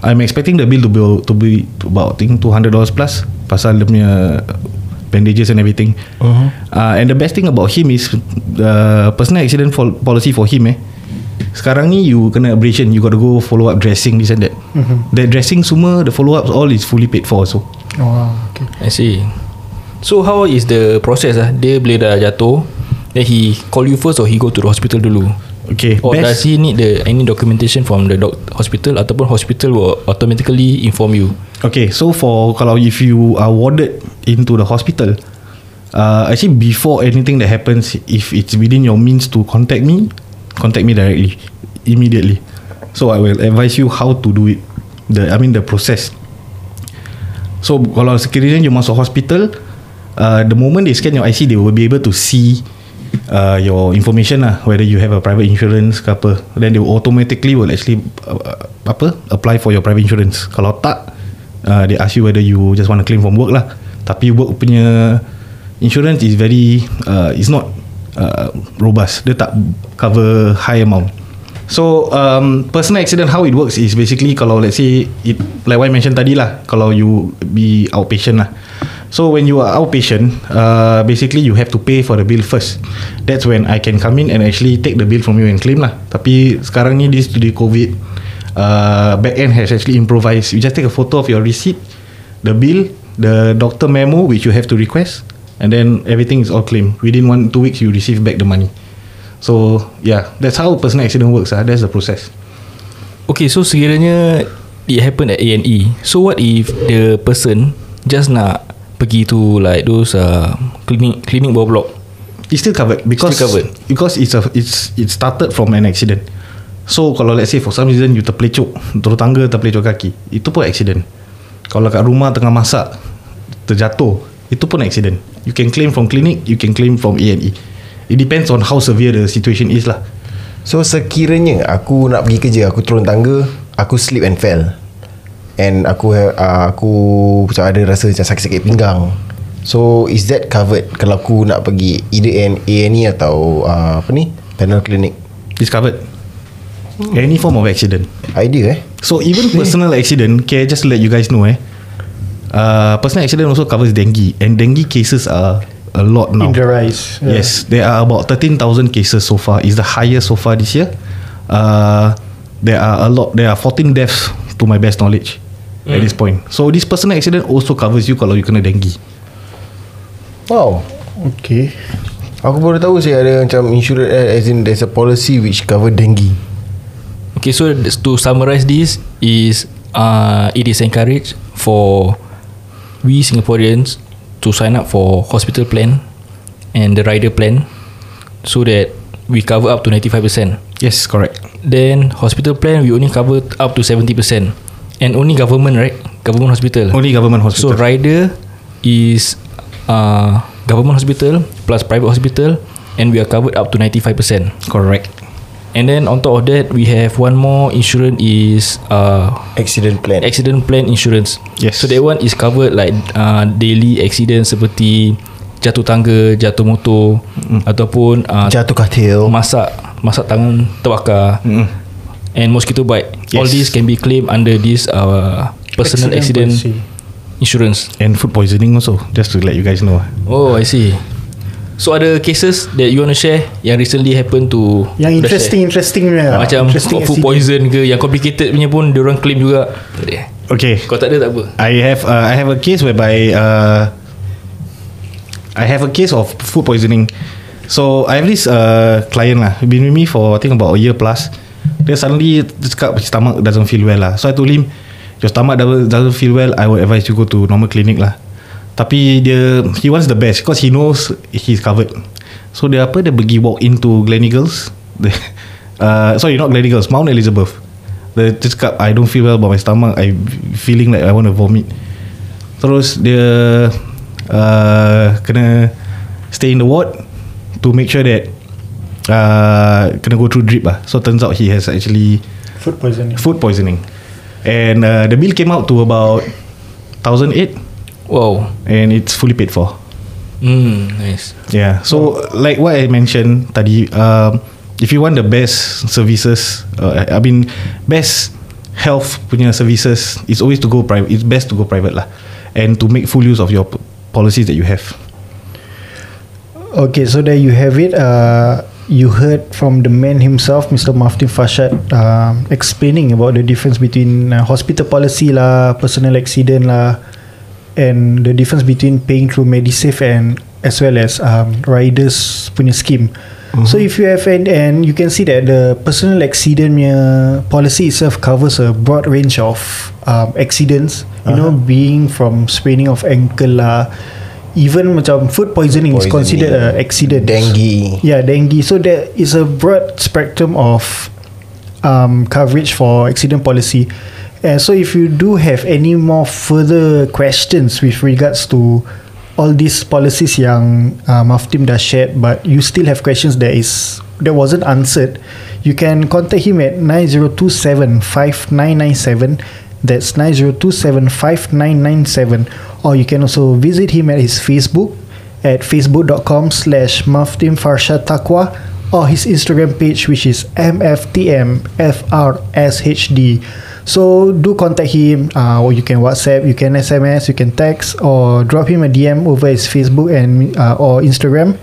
G: I'm expecting the bill to be to be to about I think $200 plus pasal dia punya bandages and everything. Uh-huh. Uh, and the best thing about him is the personal accident fol- policy for him eh. Sekarang ni you kena abrasion, you got to go follow up dressing this and that. Uh-huh. That dressing semua, the follow ups all is fully paid for also.
D: Oh, okay.
C: I see. So how is the process ah? Dia bila dah jatuh, then he call you first or he go to the hospital dulu?
G: Okay,
C: Or
G: best-
C: does he need the any documentation from the doc, hospital ataupun hospital will automatically inform you?
G: Okay, so for kalau if you are warded into the hospital, uh, actually before anything that happens, if it's within your means to contact me, contact me directly, immediately. So I will advise you how to do it. The I mean the process. So kalau sekiranya you masuk hospital, uh, the moment they scan your IC, they will be able to see uh, your information lah, whether you have a private insurance ke apa. Then they will automatically will actually uh, apa apply for your private insurance. Kalau tak, uh, they ask you whether you just want to claim from work lah. Tapi work punya insurance is very uh, it's not uh, robust. Dia tak cover high amount. So um, personal accident how it works is basically kalau let's say it, like what I mentioned tadi lah kalau you be outpatient lah. So when you are outpatient, uh, basically you have to pay for the bill first. That's when I can come in and actually take the bill from you and claim lah. Tapi sekarang ni this to the COVID, uh, back end has actually improvised. You just take a photo of your receipt, the bill, the doctor memo which you have to request, and then everything is all claimed. Within one two weeks you receive back the money. So yeah, that's how personal accident works. Ah, that's the process.
C: Okay, so sekiranya it happen at A&E. So what if the person just nak pergi to like those uh, clinic clinic bawah blok?
G: It's still covered because
C: Still covered.
G: because it's a it's it started from an accident. So kalau let's say for some reason you terpelecok Turun tangga terpelecok kaki Itu pun accident Kalau kat rumah tengah masak Terjatuh Itu pun accident You can claim from clinic You can claim from A&E It depends on how severe the situation is lah
B: So sekiranya aku nak pergi kerja, aku turun tangga, aku slip and fell. And aku uh, aku macam ada rasa macam sakit-sakit pinggang. So is that covered kalau aku nak pergi either an A&E atau uh, apa ni? Panel clinic.
G: It's covered Any form of accident
B: Idea eh.
G: So even personal accident Okay just to let you guys know eh uh, Personal accident also covers dengue And dengue cases are A lot now
D: In the rise. Yeah.
G: Yes, there are about 13,000 cases so far. It's the highest so far this year. Uh, there are a lot. There are 14 deaths to my best knowledge at this point. So this personal accident also covers you kalau you kena dengue.
B: Wow.
D: Okay.
B: Aku baru tahu saya ada macam insurance eh, as in there's a policy which cover dengue.
C: Okay, so that's- to summarize this is uh, it is encouraged for we Singaporeans to sign up for hospital plan and the rider plan so that we cover up to 95%.
G: Yes, correct.
C: Then hospital plan we only cover up to 70% and only government right? Government hospital.
G: Only government
C: So
G: hospital.
C: rider is uh, government hospital plus private hospital and we are covered up to 95%.
G: correct.
C: And then on top of that, we have one more insurance is uh,
B: Accident plan.
C: accident plan insurance.
G: Yes.
C: So that one is covered like uh, daily accident seperti jatuh tangga, jatuh motor mm. ataupun uh,
B: Jatuh katil.
C: masak masak tangan terbakar. Mm. And mosquito bite. Yes. All
G: Yes.
C: these can be claimed under this uh, personal accident,
D: policy.
C: insurance.
G: And food poisoning also. Just to let you guys know.
C: Oh, I see. So ada cases that you want to share yang recently happen to Dah
D: Yang
C: share? Ah,
D: interesting interesting punya.
C: Macam
D: interesting
C: got food
D: accident.
C: poison ke Yang complicated punya pun Diorang claim juga Tak ada
G: Okay.
C: Kau tak ada tak apa
G: I have uh, I have a case whereby uh, I have a case of food poisoning. So I have this uh, client lah been with me for I think about a year plus. Then suddenly dia cakap his stomach doesn't feel well lah. So I told him your stomach doesn't doesn't feel well. I would advise you go to normal clinic lah. Tapi dia he wants the best because he knows he's covered. So dia apa dia pergi walk into Gleneagles. uh, sorry not Gleneagles Mount Elizabeth. Dia dia cakap I don't feel well about my stomach. I feeling like I want to vomit. Terus dia uh, kena stay in the ward to make sure that uh, kena go through drip lah. So turns out he has actually
D: Food poisoning.
G: food poisoning. And uh, the bill came out to about 1008
C: Wow
G: and it's fully paid for.
C: Hmm nice
G: Yeah. So like what I mentioned tadi, um, if you want the best services, uh, I I mean best health punya services, it's always to go private. It's best to go private lah, and to make full use of your p- policies that you have.
D: Okay, so there you have it. Uh, you heard from the man himself, Mr. Maftin Fashad, um, explaining about the difference between uh, hospital policy lah, personal accident lah, and the difference between paying through MediSave and as well as um, riders punya scheme. So if you have and and you can see that the personal accident punya policy itself covers a broad range of um, accidents. You know, being from spraining of ankle lah, even macam food poisoning is
B: Poisoning.
D: considered an accident.
B: Dengue.
D: Yeah, dengue. So there is a broad spectrum of um, coverage for accident policy. And so if you do have any more further questions with regards to all these policies yang uh, Maftim dah shared but you still have questions that is that wasn't answered, you can contact him at 9027-5997. That's 9027-5997. Or you can also visit him at his Facebook at facebook.com slash maftim farshad taqwa or his Instagram page which is mftmfrshd. So do contact him uh, or you can WhatsApp, you can SMS, you can text or drop him a DM over his Facebook and uh, or Instagram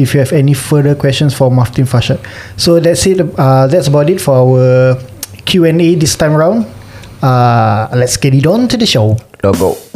D: if you have any further questions for Maftim Farshad. So that's it. Uh, that's about it for our Q&A this time round. Uh, let's get it on to the show.
B: Logo.